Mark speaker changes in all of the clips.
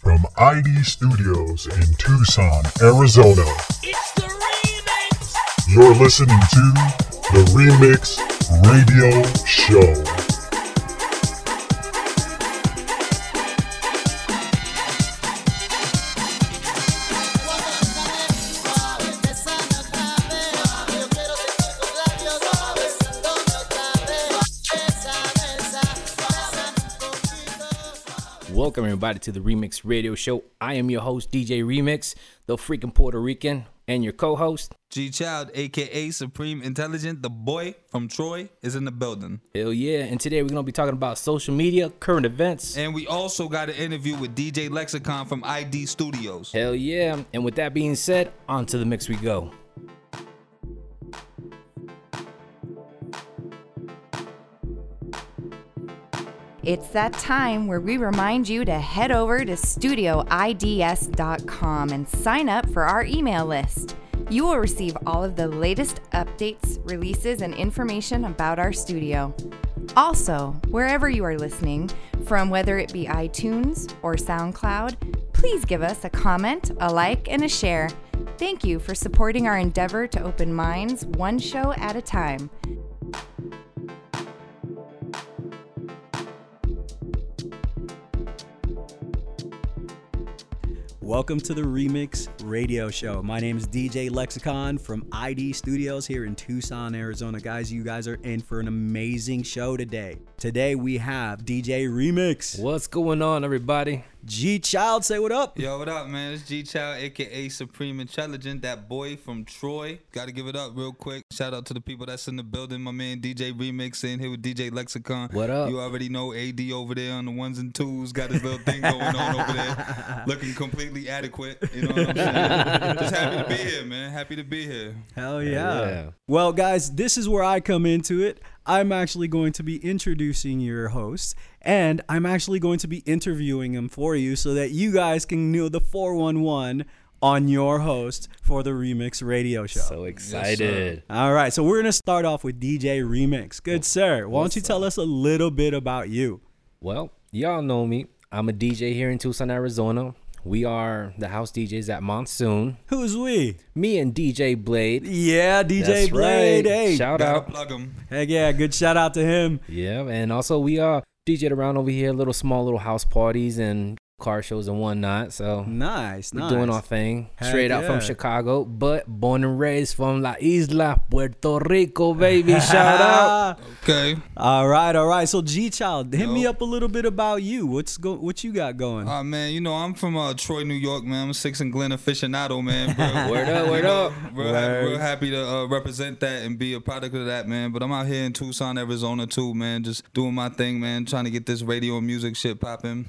Speaker 1: From ID Studios in Tucson, Arizona,
Speaker 2: It's the remix.
Speaker 1: you're listening to the Remix Radio Show.
Speaker 3: Welcome everybody to the Remix Radio Show. I am your host DJ Remix, the freaking Puerto Rican, and your co-host.
Speaker 4: G Child, aka Supreme Intelligent, the boy from Troy, is in the building.
Speaker 3: Hell yeah! And today we're gonna be talking about social media, current events.
Speaker 4: And we also got an interview with DJ Lexicon from ID Studios.
Speaker 3: Hell yeah! And with that being said, on to the mix we go.
Speaker 5: It's that time where we remind you to head over to studioids.com and sign up for our email list. You will receive all of the latest updates, releases, and information about our studio. Also, wherever you are listening, from whether it be iTunes or SoundCloud, please give us a comment, a like, and a share. Thank you for supporting our endeavor to open minds one show at a time.
Speaker 6: Welcome to the Remix Radio Show. My name is DJ Lexicon from ID Studios here in Tucson, Arizona. Guys, you guys are in for an amazing show today. Today we have DJ Remix.
Speaker 3: What's going on, everybody?
Speaker 6: G Child, say what up.
Speaker 4: Yo, what up, man? It's G Child, aka Supreme Intelligent, that boy from Troy. Gotta give it up real quick. Shout out to the people that's in the building. My man DJ Remix in here with DJ Lexicon.
Speaker 3: What up?
Speaker 4: You already know AD over there on the ones and twos. Got his little thing going on over there. Looking completely adequate. You know what I'm saying? Just happy to be here, man. Happy to be here.
Speaker 6: Hell yeah.
Speaker 3: yeah.
Speaker 6: Well, guys, this is where I come into it. I'm actually going to be introducing your host, and I'm actually going to be interviewing him for you so that you guys can know the 411 on your host for the Remix Radio Show.
Speaker 3: So excited!
Speaker 6: All right, so we're gonna start off with DJ Remix. Good sir, why don't you tell us a little bit about you?
Speaker 3: Well, y'all know me. I'm a DJ here in Tucson, Arizona. We are the house DJs at Monsoon.
Speaker 6: Who's we?
Speaker 3: Me and DJ Blade.
Speaker 6: Yeah, DJ
Speaker 3: That's
Speaker 6: Blade.
Speaker 3: right.
Speaker 6: Hey,
Speaker 3: Shout
Speaker 4: Gotta
Speaker 3: out.
Speaker 4: plug him.
Speaker 6: heck yeah, good shout out to him.
Speaker 3: Yeah, and also we uh DJ'd around over here, little small little house parties and car shows and whatnot. So
Speaker 6: Nice,
Speaker 3: we
Speaker 6: nice.
Speaker 3: doing our thing.
Speaker 6: Heck
Speaker 3: Straight out from
Speaker 6: yeah.
Speaker 3: Chicago, but born and raised from La Isla, Puerto Rico, baby. Shout out.
Speaker 4: Okay.
Speaker 6: All right, all right. So G Child, hit me
Speaker 4: Yo.
Speaker 6: up a little bit about you. What's go? What you got going?
Speaker 4: Oh man, you know I'm from uh, Troy, New York, man. I'm a six and Glen aficionado, man. Bro.
Speaker 3: Word up, word up.
Speaker 4: Real, happy, real happy to uh, represent that and be a product of that, man. But I'm out here in Tucson, Arizona, too, man. Just doing my thing, man. Trying to get this radio and music shit popping.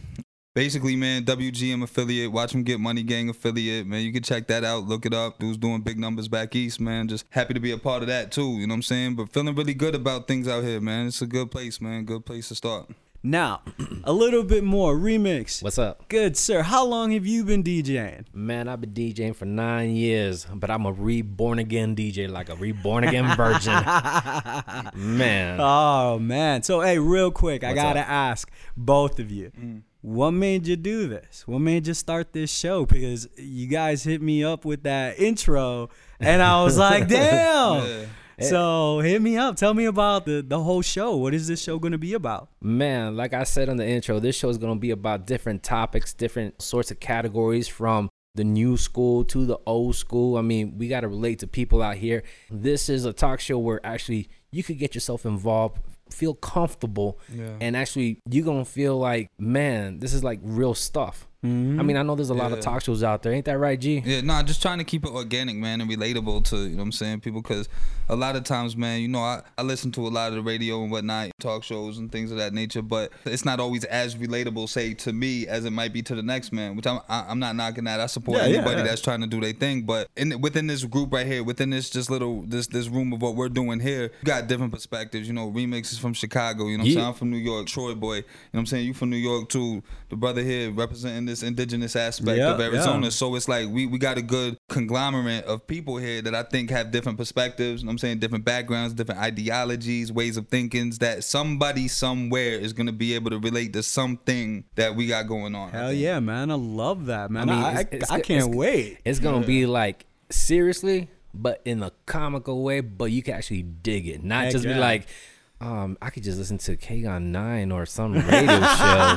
Speaker 4: Basically, man, WGM affiliate, watch them get money gang affiliate, man. You can check that out, look it up. Dude's doing big numbers back east, man. Just happy to be a part of that too, you know what I'm saying? But feeling really good about things out here, man. It's a good place, man. Good place to start.
Speaker 6: now, a little bit more remix.
Speaker 3: What's up?
Speaker 6: Good sir, how long have you been DJing?
Speaker 3: Man, I've been DJing for nine years, but I'm a reborn again DJ, like a reborn again virgin. Man.
Speaker 6: Oh man. So hey, real quick, I
Speaker 3: What's
Speaker 6: gotta
Speaker 3: up?
Speaker 6: ask both of you. What made you do this? What made you start this show? Because you guys hit me up with that intro and I was like, damn. So hit me up. Tell me about the, the whole show. What is this show gonna be about?
Speaker 3: Man, like I said on the intro, this show is going to be about different topics, different sorts of categories from the new school to the old school. I mean, we got to relate to people out here. This is a talk show where actually you could get yourself involved, feel comfortable, and actually you're going to feel like, man, this is like real stuff. I mean, I know there's a lot of talk shows out there. Ain't that right, G?
Speaker 4: Yeah, no, just trying to keep it organic, man, and relatable to, you know what I'm saying, people, because a lot of times, man, you know, I, I listen to a lot of the radio and whatnot, talk shows and things of that nature, but it's not always as relatable, say, to me as it might be to the next man, which I'm, I, I'm not knocking that. I support
Speaker 6: Yeah, yeah,
Speaker 4: anybody
Speaker 6: yeah.
Speaker 4: that's trying to do their thing, but in within this group right here, within this just little, this this room of what we're doing here, you got different perspectives, you know, remixes from Chicago, you know what I'm
Speaker 3: Yeah.
Speaker 4: saying? I'm from New York, Troy boy, you know what I'm saying? You from New York too. The brother here representing this this indigenous aspect
Speaker 6: Yeah,
Speaker 4: of Arizona.
Speaker 6: yeah.
Speaker 4: So it's like we, we got a good conglomerate of people here that I think have different perspectives. you know what I'm saying different backgrounds, different ideologies, ways of thinkings that somebody somewhere is gonna be able to relate to something that we got going on. I
Speaker 6: Hell
Speaker 4: think.
Speaker 6: yeah, man! I love that, man. I
Speaker 3: mean,
Speaker 6: I,
Speaker 3: it's- it's
Speaker 6: I
Speaker 3: go-
Speaker 6: can't
Speaker 3: it's-
Speaker 6: wait.
Speaker 3: It's gonna be like seriously, but in a comical way, but you can actually dig it. Not
Speaker 6: Heck
Speaker 3: just be
Speaker 6: yeah.
Speaker 3: like, um, I could just listen to Kagon Nine or some radio show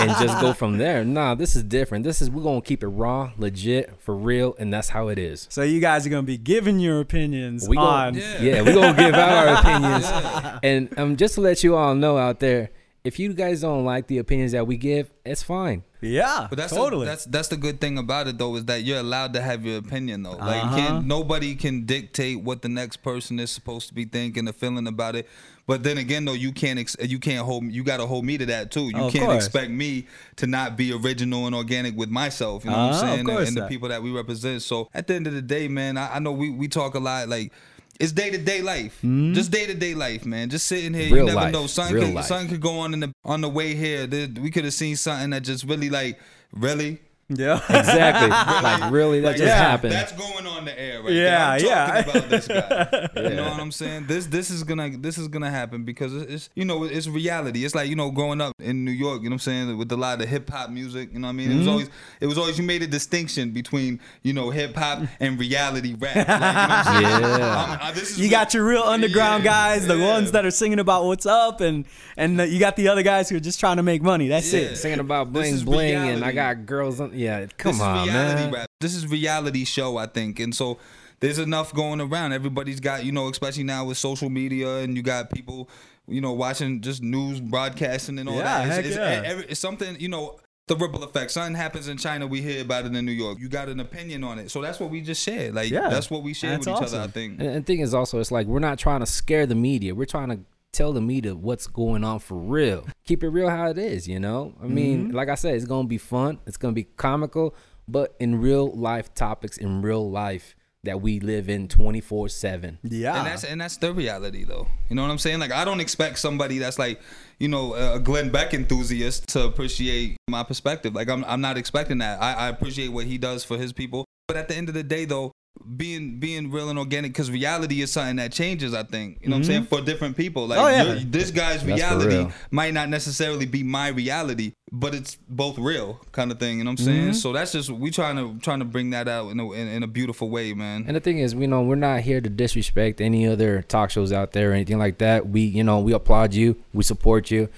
Speaker 3: and just go from there. Nah, this is different. This is we're gonna keep it raw, legit, for real, and that's how it is.
Speaker 6: So you guys are gonna be giving your opinions
Speaker 3: We
Speaker 6: on.
Speaker 3: gonna, yeah. we gonna give out our opinions. And um, just to let you all know out there, if you guys don't like the opinions that we give, it's fine.
Speaker 6: Yeah,
Speaker 4: But that's
Speaker 6: totally.
Speaker 4: The, that's that's the good thing about it though is that you're allowed to have your opinion though. Like
Speaker 6: Uh-huh.
Speaker 4: you can't nobody can dictate what the next person is supposed to be thinking or feeling about it. But then again though, you can't ex- you can't hold you got to hold me to that too. You
Speaker 6: Oh, of
Speaker 4: can't
Speaker 6: course.
Speaker 4: expect me to not be original and organic with myself. You know what I'm
Speaker 6: Uh-huh, of
Speaker 4: saying? And-
Speaker 6: course
Speaker 4: and the
Speaker 6: that.
Speaker 4: people that we represent. So at the end of the day, man, I, I know we we talk a lot like. It's day to day life,
Speaker 6: Mm-hmm.
Speaker 4: just day to day life, man. Just sitting here,
Speaker 3: Real
Speaker 4: you never
Speaker 3: life,
Speaker 4: know. Something
Speaker 3: real
Speaker 4: could,
Speaker 3: life.
Speaker 4: something could go on in the on the way here. There- We could have seen something that just really like really.
Speaker 6: yeah.
Speaker 3: Exactly. like really, that
Speaker 4: Like,
Speaker 3: just
Speaker 4: yeah,
Speaker 3: happened.
Speaker 4: That's going on the air right
Speaker 6: Yeah,
Speaker 4: there. I'm
Speaker 6: yeah.
Speaker 4: talking about this guy. You know what I'm saying? This this is gonna this is gonna happen because it's, it's you know it's reality. It's like you know growing up in New York. You know what I'm saying with a lot of hip hop music. You know what I mean? It
Speaker 3: Mm-hmm.
Speaker 4: was always it was always you made a distinction between you know hip hop and reality rap. Like, you know what I'm saying?
Speaker 3: Yeah.
Speaker 4: I'm- I- this is
Speaker 6: You
Speaker 4: what-
Speaker 6: got your real underground
Speaker 4: Yeah,
Speaker 6: guys, the
Speaker 4: yeah.
Speaker 6: ones that are singing about what's up, and and the, you got the other guys who are just trying to make money. That's
Speaker 4: Yeah.
Speaker 6: it.
Speaker 3: singing about
Speaker 4: This
Speaker 3: bling
Speaker 4: is
Speaker 3: bling, and I
Speaker 4: reality.
Speaker 3: got girls. On, yeah,
Speaker 4: This
Speaker 3: come
Speaker 4: is
Speaker 3: on,
Speaker 4: reality
Speaker 3: man.
Speaker 4: rap. This is reality show, I think. And so there's enough going around. Everybody's got, you know, especially now with social media and you got people, you know, watching just news broadcasting and all that.
Speaker 6: Yeah,
Speaker 4: It's,
Speaker 6: heck
Speaker 4: it's,
Speaker 6: yeah.
Speaker 4: every- it's something, you know, the ripple effect. Something happens in China, we hear about it in New York. You got an opinion on it. So that's what we just shared. Like
Speaker 6: Yeah.
Speaker 4: that's what we shared
Speaker 6: That's
Speaker 4: with each
Speaker 6: awesome.
Speaker 4: other, I think.
Speaker 3: And and the thing is also, it's like we're not trying to scare the media. We're trying to tell the media what's going on for real. Keep it real how it is, you know. I mean,
Speaker 4: Mm-hmm.
Speaker 3: like I said, it's gonna be fun. It's gonna be comical, but in real life topics, in real life that we live in twenty four seven.
Speaker 6: Yeah.
Speaker 4: And that's and that's the reality though. You know what I'm saying? Like I don't expect somebody that's like, you know, a Glenn Beck enthusiast to appreciate my perspective. Like I'm I'm not expecting that. I, I appreciate what he does for his people. But at the end of the day though, being being real and organic because reality is something that changes, I think. You know what I'm saying? For different people. Like
Speaker 6: Oh, yeah.
Speaker 4: your- this guy's
Speaker 3: Mm-hmm. That's for
Speaker 4: reality
Speaker 3: real.
Speaker 4: might not necessarily be my reality, but it's both real kind of thing. You know what I'm
Speaker 3: Mm-hmm.
Speaker 4: saying? So that's just we trying to trying to bring that out in a, in, in a beautiful way, man.
Speaker 3: And the thing is, you know, we're not here to disrespect any other talk shows out there or anything like that. We, you know, we applaud you. We support you.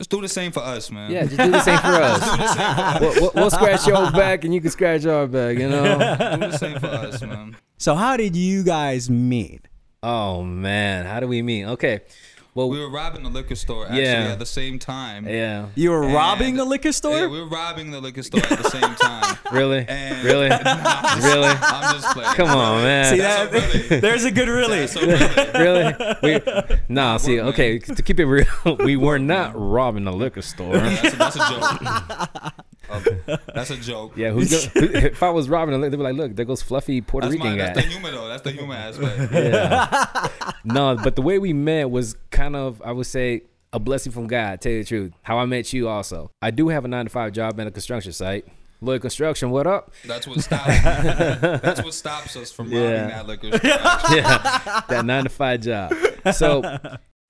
Speaker 4: just do the same for us, man.
Speaker 3: Yeah, just do the same for us. we'll, we'll, we'll scratch your back and you can scratch our back, you know?
Speaker 4: Do the same for us, man.
Speaker 6: so how did you guys meet?
Speaker 3: Oh, man. How do we mean? Okay. Well,
Speaker 4: We were robbing the liquor store actually
Speaker 3: Yeah.
Speaker 4: at the same time.
Speaker 3: yeah.
Speaker 6: You were
Speaker 4: And-
Speaker 6: robbing the liquor store.
Speaker 4: Yeah, we were robbing the liquor store at the same time.
Speaker 3: Really?
Speaker 4: And-
Speaker 3: Really?
Speaker 4: Nah,
Speaker 3: Really?
Speaker 4: I'm just playing.
Speaker 3: Come on,
Speaker 6: See
Speaker 3: man.
Speaker 6: that?
Speaker 4: That's a really-
Speaker 6: There's a good really.
Speaker 4: That's okay.
Speaker 3: Really? We, nah, see,
Speaker 4: man.
Speaker 3: okay, to keep it real, we were not robbing a liquor store.
Speaker 4: That's a, that's a joke. Okay. That's a joke.
Speaker 3: Yeah, who's gonna, who- if I was robbing a liquor, they'd be like, look, there goes fluffy Puerto
Speaker 4: That's, my,
Speaker 3: Rican
Speaker 4: that's
Speaker 3: guy.
Speaker 4: the humor though. That's the humor aspect.
Speaker 3: Yeah. no, but the way we met was kind of, I would say, a blessing from God, tell you the truth. How I met you also. I do have a nine to five job at a construction site. Lloyd Construction, what up?
Speaker 4: That's what stops. that's what stops us from robbing
Speaker 3: Yeah.
Speaker 4: that liquor store. actually.
Speaker 3: yeah, that nine to five job. So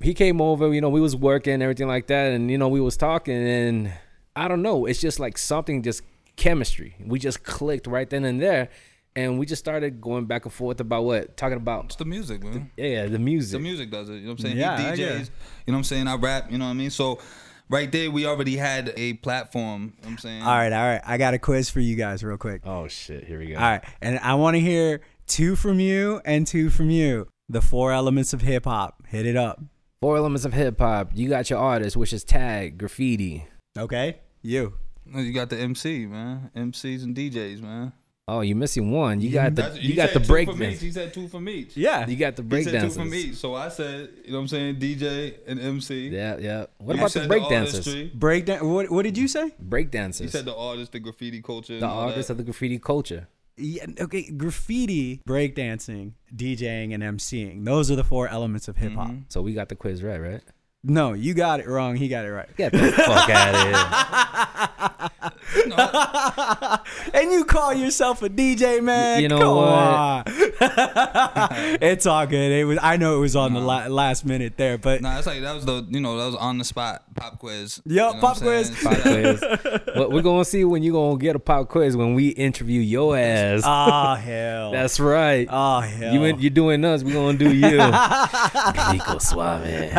Speaker 3: he came over, you know, we was working, everything like that, and you know, we was talking and I don't know, it's just like something just chemistry. We just clicked right then and there. And we just started going back and forth about what? Talking about
Speaker 4: It's the music, man.
Speaker 3: yeah, the music.
Speaker 4: The music does it. You know what I'm saying?
Speaker 6: Yeah, I
Speaker 4: he
Speaker 6: get
Speaker 4: DJs.
Speaker 6: it.
Speaker 4: You know what I'm saying? I rap. You know what I mean? So, right there, we already had a platform. You know what I'm saying?
Speaker 6: All right, all right. I got a quiz for you guys real quick.
Speaker 3: Oh shit, here we go.
Speaker 6: All right, and I want to hear two from you and two from you. The four elements of hip hop. Hit it up.
Speaker 3: Four elements of hip hop. You got your artist, which is tag, graffiti.
Speaker 6: Okay. You.
Speaker 4: No, You got the MC, man. MCs and DJs, man.
Speaker 3: Oh, you're missing one. You got the
Speaker 4: That's-
Speaker 3: you
Speaker 4: he
Speaker 3: got
Speaker 4: said
Speaker 3: the
Speaker 4: two
Speaker 3: break
Speaker 4: from each.
Speaker 3: dance.
Speaker 4: He said two from each.
Speaker 6: Yeah.
Speaker 3: You got the
Speaker 4: He
Speaker 3: break
Speaker 4: said two from
Speaker 3: dancers.
Speaker 4: each. So I said, you know what I'm saying? DJ and MC.
Speaker 3: Yeah, yeah. What
Speaker 4: You
Speaker 3: about the
Speaker 4: said
Speaker 3: break dancers?
Speaker 4: artistry.
Speaker 6: Break down. What, what did you say?
Speaker 3: Break
Speaker 4: You
Speaker 3: dancers.
Speaker 4: said the artist, the graffiti culture.
Speaker 3: the artists of the graffiti culture.
Speaker 6: Yeah, okay, graffiti, breakdancing, DJing, and MCing. Those are the four elements of hip hop.
Speaker 3: So we got the quiz right, right?
Speaker 6: No, you got it wrong. He got it right.
Speaker 3: Get the fuck out of here.
Speaker 6: and you call yourself a DJ, man?
Speaker 3: you know
Speaker 6: Come
Speaker 3: what?
Speaker 6: on. it's all good. It was. I know it was on the la- last minute there, but
Speaker 4: Nah, it's like that was the you know that was on the spot pop quiz.
Speaker 6: Yup,
Speaker 4: You know what I'm
Speaker 6: pop
Speaker 4: saying?
Speaker 6: quiz.
Speaker 4: Pop
Speaker 3: quiz. but we're gonna see when you gonna get a pop quiz when we interview your ass.
Speaker 6: ah hell.
Speaker 3: That's right.
Speaker 6: ah hell.
Speaker 3: you in, you're doing us. We gonna do you. Nico Suave.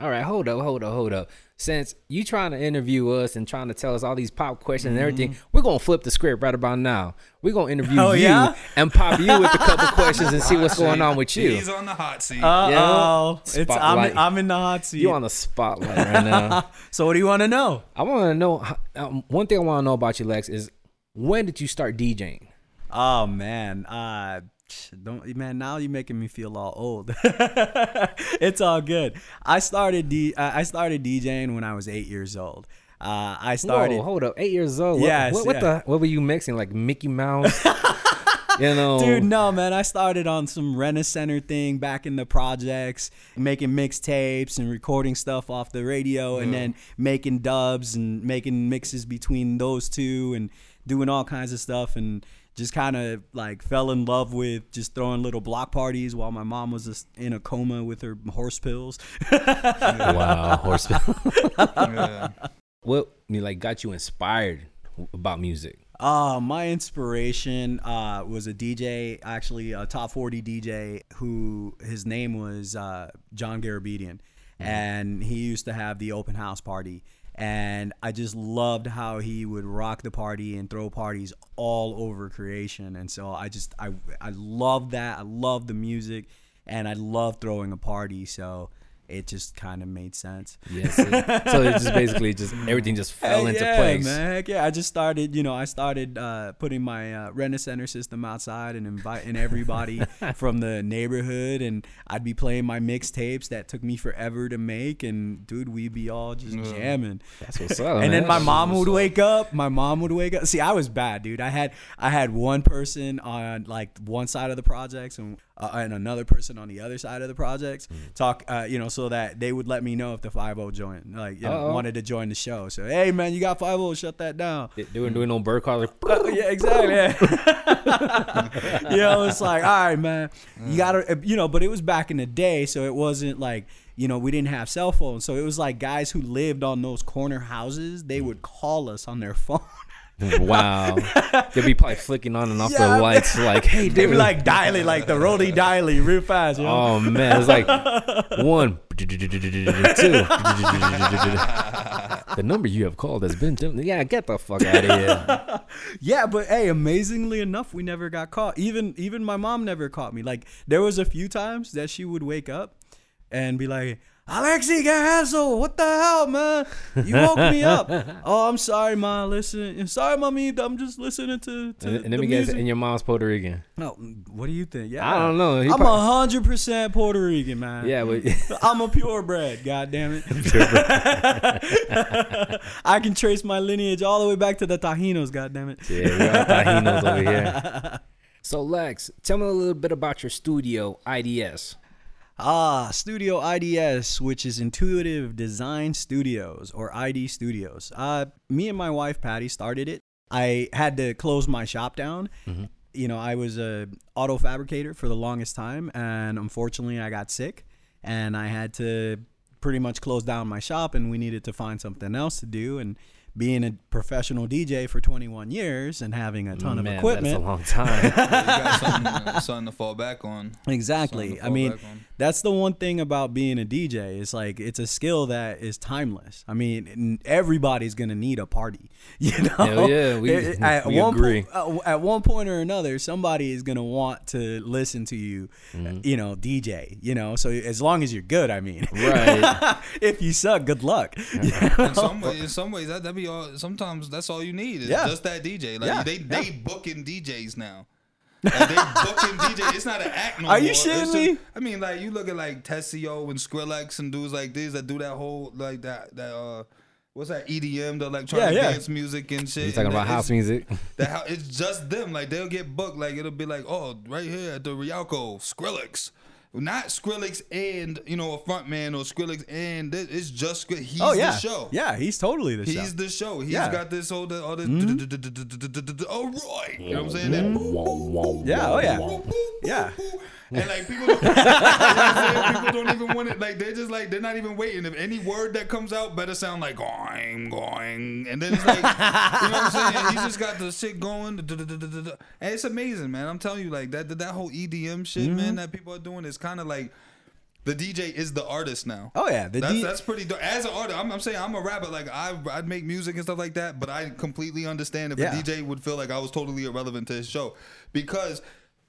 Speaker 3: all right, hold up, hold up, hold up. Since you trying to interview us and trying to tell us all these pop questions and everything, we're gonna flip the script right about now. We're gonna interview
Speaker 6: Mm-hmm. Oh,
Speaker 3: you
Speaker 6: yeah? Oh,
Speaker 3: and pop you with a couple questions and see what's going on with you. Uh.
Speaker 4: He's on the hot seat.
Speaker 6: Uh-oh.
Speaker 3: Yeah.
Speaker 6: It's, I'm,
Speaker 3: Spotlight.
Speaker 6: in, I'm in the hot seat.
Speaker 3: You on the spotlight right now.
Speaker 6: so what do you want to know?
Speaker 3: I want to know how- um, one thing I want to know about you, Lex, is when did you start DJing?
Speaker 6: Oh man, uh, don't man. Now you're making me feel all old. it's all good. I started D. I I started DJing when I was eight years old. Uh, I started.
Speaker 3: Whoa, hold up, eight years old. What-
Speaker 6: Yes,
Speaker 3: what, what,
Speaker 6: yeah.
Speaker 3: the? What were you mixing? Like Mickey Mouse? you know,
Speaker 6: Dude, no, man. I started on some Rena Center thing back in the projects, making mixtapes and recording stuff off the radio, and then making dubs and making mixes between those two, and doing all kinds of stuff, and just kind of like fell in love with just throwing little block parties while my mom was just in a coma with her horse pills.
Speaker 3: wow, horse.
Speaker 4: Yeah.
Speaker 3: what I mean, like got you inspired about music?
Speaker 6: Uh, my inspiration uh, was a DJ, actually a top 40 DJ who his name was uh, John Garabedian. And he used to have the open house party. And I just loved how he would rock the party and throw parties all over creation. And so I just, I, I love that. I love the music and I love throwing a party. So it just kind of made sense.
Speaker 3: Yes. it- so it's just basically just everything just fell
Speaker 6: Heck
Speaker 3: into
Speaker 6: yeah,
Speaker 3: place.
Speaker 6: Man. Heck yeah! I just started, you know, I started uh, putting my uh, Rena Center system outside and inviting everybody from the neighborhood, and I'd be playing my mixtapes that took me forever to make, and dude, we'd be all just jamming.
Speaker 3: That's what's up.
Speaker 6: and then
Speaker 3: man.
Speaker 6: my mom would wake up. My mom would wake up. See, I was bad, dude. I had I had one person on like one side of the projects and uh, and another person on the other side of the projects talk. Uh, you know, so that they would let me know if the five O joined, like you know,
Speaker 3: Uh-oh.
Speaker 6: wanted to join the show. So hey, man, you got five O, shut that down.
Speaker 3: They, they were doing no bird calls.
Speaker 6: Uh, yeah, exactly. Yeah. you know, it's like, all right, man,
Speaker 3: Mm.
Speaker 6: you gotta, you know, but it was back in the day, so it wasn't like, you know, we didn't have cell phones, so it was like guys who lived on those corner houses, they would call us on their phone.
Speaker 3: Wow. They'd be probably flicking on and off
Speaker 6: Yeah,
Speaker 3: the lights. Like, hey,
Speaker 6: They'd
Speaker 3: dude.
Speaker 6: be like dialing, like the roly dialy, real fast. You know?
Speaker 3: Oh man, it's like one, two. the number you have called has been. Yeah, get the fuck out of here.
Speaker 6: Yeah, but hey, amazingly enough, we never got caught. Even even my mom never caught me. Like there was a few times that she would wake up and be like, "Alexi Garrazo, what the hell, man? You woke me up." oh, I'm sorry, ma. Listen, I'm sorry, mommy. I'm just listening to to
Speaker 3: And, and
Speaker 6: the
Speaker 3: let me guess,
Speaker 6: music.
Speaker 3: and your mom's Puerto Rican.
Speaker 6: no, what do you think? Yeah,
Speaker 3: I don't know. He
Speaker 6: I'm
Speaker 3: prob-
Speaker 6: a hundred percent Puerto Rican, man.
Speaker 3: Yeah, but
Speaker 6: I'm a purebred, god damn it. I can trace my lineage all the way back to the Tajinos, god damn it.
Speaker 3: yeah, we all Tajinos over here. So Lex, tell me a little bit about your studio, IDS.
Speaker 6: Ah, Studio IDS, which is Intuitive Design Studios or ID Studios. Uh, me and my wife Patty started it. I had to close my shop down.
Speaker 3: Mm-hmm.
Speaker 6: You know, I was a auto fabricator for the longest time, and unfortunately, I got sick, and I had to pretty much close down my shop, and we needed to find something else to do. And being a professional DJ for 21 years and having a ton of
Speaker 3: Man,
Speaker 6: equipment,
Speaker 3: that's a long time.
Speaker 4: You got something, uh, something to fall back on. Something
Speaker 6: Exactly.
Speaker 4: to
Speaker 6: I
Speaker 4: fall
Speaker 6: mean,
Speaker 4: back on.
Speaker 6: that's the one thing about being a DJ. It's like it's a skill that is timeless. I mean, n- everybody's gonna need a party. You know?
Speaker 3: Hell yeah, we-
Speaker 6: at
Speaker 3: we
Speaker 6: one
Speaker 3: agree.
Speaker 6: po- uh, at one point or another, somebody is gonna want to listen to you. uh,
Speaker 3: Mm-hmm.
Speaker 6: You know, DJ. You know, so as long as you're good, I mean.
Speaker 3: right.
Speaker 6: if you suck, good luck.
Speaker 4: In some ways, in some ways that that be all. Sometimes that's all you need. Is
Speaker 6: Yeah.
Speaker 4: Just that DJ. Like
Speaker 6: Yeah,
Speaker 4: they they booking DJs now. Like, they booking DJ. It's not an act no
Speaker 6: Are you
Speaker 4: more. It's
Speaker 6: shitting
Speaker 4: just-
Speaker 6: me?
Speaker 4: I mean, like you look at like Tessio and Skrillex and dudes like these that do that whole like that that uh what's that EDM the electronic
Speaker 6: Yeah, yeah.
Speaker 4: dance music and shit.
Speaker 3: You talking
Speaker 4: and
Speaker 3: about
Speaker 4: that-
Speaker 3: house
Speaker 4: it's-
Speaker 3: music?
Speaker 4: that how it's just them. Like they'll get booked. Like it'll be like, oh, right here at the Rialco, Skrillex. not Skrillex and you know a front man or Skrillex and this, it's just Skri- he's
Speaker 6: oh yeah,
Speaker 4: the show.
Speaker 6: yeah, he's totally the show.
Speaker 4: He's the show. He's
Speaker 6: Yeah.
Speaker 4: got this whole all this. Oh, Roy. You know what I'm saying? That
Speaker 6: yeah, oh yeah,
Speaker 4: boop, boop,
Speaker 6: yeah.
Speaker 4: boop. And like people, don't, you know what I'm saying? people don't even want it. Like they're just like they're not even waiting. If any word that comes out better sound like going, going, and then it's like you know what I'm saying. He just got the shit going. da- da- da- da- da- da. And it's amazing, man. I'm telling you, like that that- that whole EDM shit,
Speaker 6: Mm-hmm.
Speaker 4: man, that people are doing is kind of like the DJ is the artist now.
Speaker 6: Oh yeah, the
Speaker 4: That's,
Speaker 6: D-
Speaker 4: that's pretty dope. As an artist, I'm, I'm saying I'm a rapper. Like I, I'd make music and stuff like that, but I completely understand if
Speaker 6: Yeah.
Speaker 4: a DJ would feel like I was totally irrelevant to his show because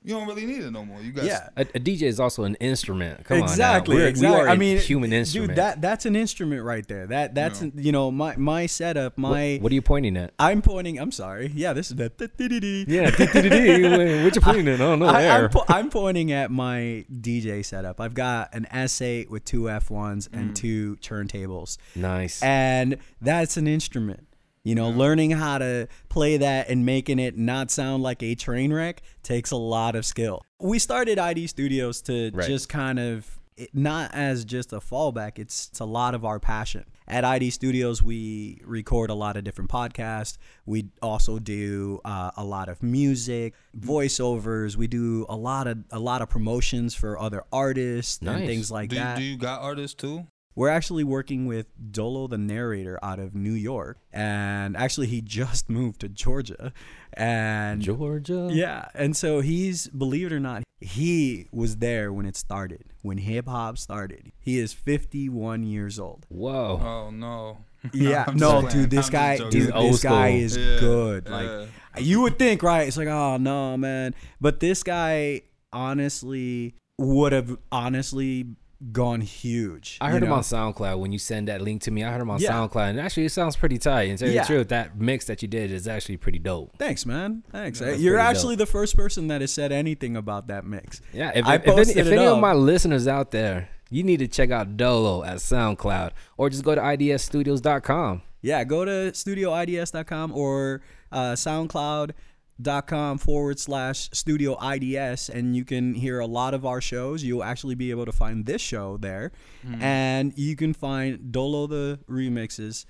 Speaker 4: you don't really need it no more. You guys,
Speaker 6: yeah.
Speaker 3: A, a DJ is also an instrument. Come
Speaker 6: exactly,
Speaker 3: on, now. We're-
Speaker 6: exactly.
Speaker 3: We are
Speaker 6: I mean,
Speaker 3: a human instrument.
Speaker 6: Dude, that that's an instrument right there. That that's you know my my setup. My
Speaker 3: what, what are you pointing at?
Speaker 6: I'm pointing. I'm sorry. Yeah, this is the. dee-dee-dee.
Speaker 3: Yeah, dee-dee-dee-dee. what you pointing at? I don't know.
Speaker 6: I,
Speaker 3: there.
Speaker 6: I'm, po- I'm pointing at my DJ setup. I've got an S8 with two F1s
Speaker 3: Mm.
Speaker 6: and two turntables.
Speaker 3: nice.
Speaker 6: And that's an instrument. You know, learning how to play that and making it not sound like a train wreck takes a lot of skill. We started ID Studios to
Speaker 3: Right.
Speaker 6: just kind of it, not as just a fallback, it's, it's a lot of our passion. At ID Studios, we record a lot of different podcasts. We also do uh, a lot of music, voiceovers. We do a lot of a lot of promotions for other artists and
Speaker 3: Nice.
Speaker 6: things like
Speaker 4: do,
Speaker 6: that.
Speaker 4: you, do you got artists too?
Speaker 6: We're actually working with Dolo, the narrator, out of New York, and actually he just moved to Georgia, and
Speaker 3: Georgia.
Speaker 6: yeah, and so he's believe it or not, he was there when it started, when hip hop started. He is 51 years old.
Speaker 3: Whoa.
Speaker 6: Um,
Speaker 4: Oh no.
Speaker 6: Yeah,
Speaker 4: I'm
Speaker 6: no,
Speaker 4: just playing.
Speaker 6: dude, this
Speaker 4: I'm
Speaker 6: guy,
Speaker 4: just joking.
Speaker 6: dude,
Speaker 3: He's old
Speaker 6: this guy
Speaker 3: school.
Speaker 6: is
Speaker 4: Yeah,
Speaker 6: good.
Speaker 4: yeah.
Speaker 6: Like you would think, right? It's like, oh no, man. But this guy honestly would have honestly gone huge.
Speaker 3: I
Speaker 6: you
Speaker 3: heard him
Speaker 6: know?
Speaker 3: on SoundCloud when you send that link to me. I heard him on
Speaker 6: Yeah.
Speaker 3: SoundCloud, and actually, it sounds pretty tight. And to tell you
Speaker 6: Yeah.
Speaker 3: the truth, that mix that you did is actually pretty dope.
Speaker 6: Thanks, man. Thanks.
Speaker 3: that's
Speaker 6: You're
Speaker 3: pretty
Speaker 6: actually the first person that has said anything about that mix.
Speaker 3: Yeah. If,
Speaker 6: I
Speaker 3: if any,
Speaker 6: posted
Speaker 3: if
Speaker 6: it
Speaker 3: any
Speaker 6: up.
Speaker 3: of my listeners out there, you need to check out Dolo at SoundCloud, or just go to idsstudios.com.
Speaker 6: Yeah, go to studioids.com or uh, soundcloud.com forward slash studio IDS, and you can hear a lot of our shows. You'll actually be able to find this show there,
Speaker 3: Hmm.
Speaker 6: and you can find Dolo the Remixes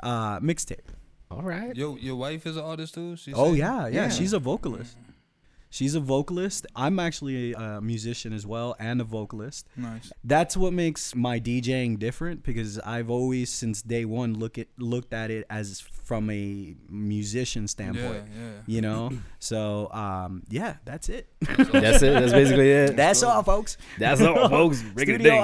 Speaker 6: uh, mixtape.
Speaker 3: All right.
Speaker 4: Yo, your wife is an artist too. She
Speaker 6: Oh
Speaker 4: said-
Speaker 6: yeah, yeah, She's a vocalist. She's a vocalist. I'm actually a musician as well and a vocalist.
Speaker 4: Nice.
Speaker 6: That's what makes my DJing different because I've always since day one look at looked at it as from a musician standpoint.
Speaker 4: Yeah, yeah.
Speaker 6: You know? so um, yeah, that's it.
Speaker 3: That's it. That's basically it.
Speaker 6: that's all folks.
Speaker 3: That's all, folks. Rig it ding.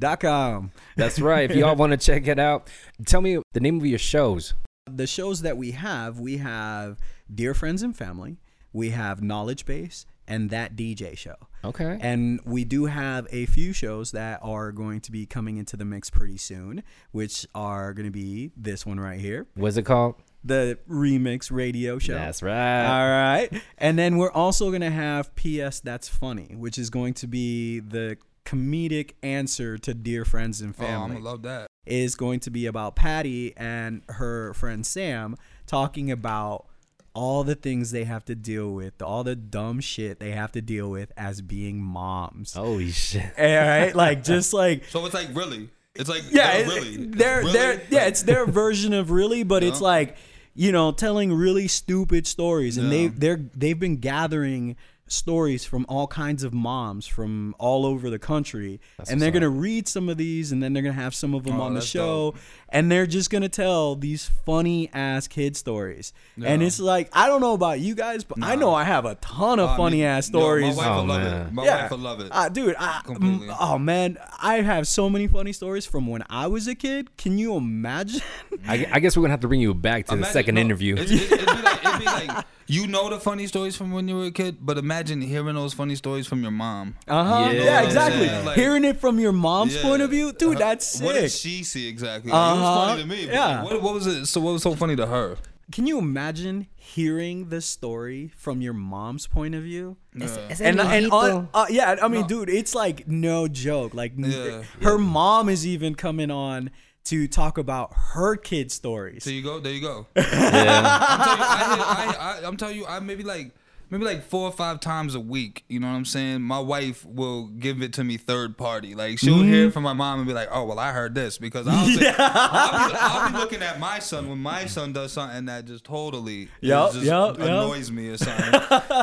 Speaker 6: StudioIDS.com.
Speaker 3: That's right. If y'all want to check it out, tell me the name of your shows.
Speaker 6: the shows that we have, we have Dear Friends and Family, we have Knowledge Base, and That DJ Show.
Speaker 3: Okay.
Speaker 6: And we do have a few shows that are going to be coming into the mix pretty soon, which are going to be this one right here,
Speaker 3: What's it called?
Speaker 6: the Remix Radio Show.
Speaker 3: That's
Speaker 6: All
Speaker 3: right.
Speaker 6: right. And then we're also going to have PS That's Funny, which is going to be the comedic answer to Dear Friends and
Speaker 4: Oh, I'm
Speaker 6: Family
Speaker 4: gonna love that.
Speaker 6: is going to be about Patty and her friend Sam talking about all the things they have to deal with, all the dumb shit they have to deal with as being moms.
Speaker 3: Holy shit.
Speaker 6: All Eh, right, like just like
Speaker 4: So it's like really, it's like yeah,
Speaker 6: yeah, it-
Speaker 4: really.
Speaker 6: they're
Speaker 4: Really?
Speaker 6: they're yeah, it's their version of really, but it's like you know telling really stupid stories, and they they're they've been gathering stories from all kinds of moms from all over the country, and they're gonna read some of these, and then they're gonna have some of them on the
Speaker 4: Oh, that's
Speaker 6: show, and they're just gonna tell these funny ass kid stories, and it's like I don't know about you guys, but I know I have a ton of
Speaker 4: I mean,
Speaker 6: funny ass
Speaker 4: yo,
Speaker 6: stories.
Speaker 4: My wife
Speaker 3: Oh,
Speaker 4: will love it.
Speaker 3: man.
Speaker 4: My wife will love it.
Speaker 6: Ah, dude, I,
Speaker 4: Completely.
Speaker 6: mm, oh man, I have so many funny stories from when I was a kid. Can you imagine?
Speaker 3: I, I guess we're gonna have to bring you back to the
Speaker 4: Imagine-
Speaker 3: second
Speaker 4: no,
Speaker 3: interview.
Speaker 4: It's, it, it'd, be like, it'd be like you know the funny stories from when you were a kid, but imagine hearing those funny stories from your mom.
Speaker 6: Uh
Speaker 3: Yeah.
Speaker 6: huh. Yeah,
Speaker 3: Yeah,
Speaker 6: exactly.
Speaker 4: yeah, like-
Speaker 6: Hearing it from your mom's
Speaker 4: Yeah.
Speaker 6: point of view, dude,
Speaker 4: Her-
Speaker 6: that's
Speaker 4: What
Speaker 6: sick.
Speaker 4: did she see exactly? Like, It was funny to
Speaker 6: Uh-huh.
Speaker 4: me. but
Speaker 6: Yeah.
Speaker 4: What, what was it? So what was so funny to her?
Speaker 6: Can you imagine hearing the story from your mom's point of view?
Speaker 3: and,
Speaker 6: Uh, And, and on, uh, yeah, I mean, dude, it's like no joke. Like n-
Speaker 4: Yeah.
Speaker 6: her mom is even coming on to talk about her kid stories.
Speaker 4: There you go. There you go.
Speaker 3: yeah.
Speaker 4: I'm telling you, I, I, I, I'm telling you, I maybe like maybe like four or five times a week. You know what I'm saying? My wife will give it to me third party. Like she'll
Speaker 6: Mm-hmm.
Speaker 4: hear it from my mom and be like, "Oh, well, I heard this because I'll, say, I'll, be, I'll be looking at my son when my son does something that just totally
Speaker 6: Yup,
Speaker 4: it just
Speaker 6: yup, yup.
Speaker 4: annoys me or something."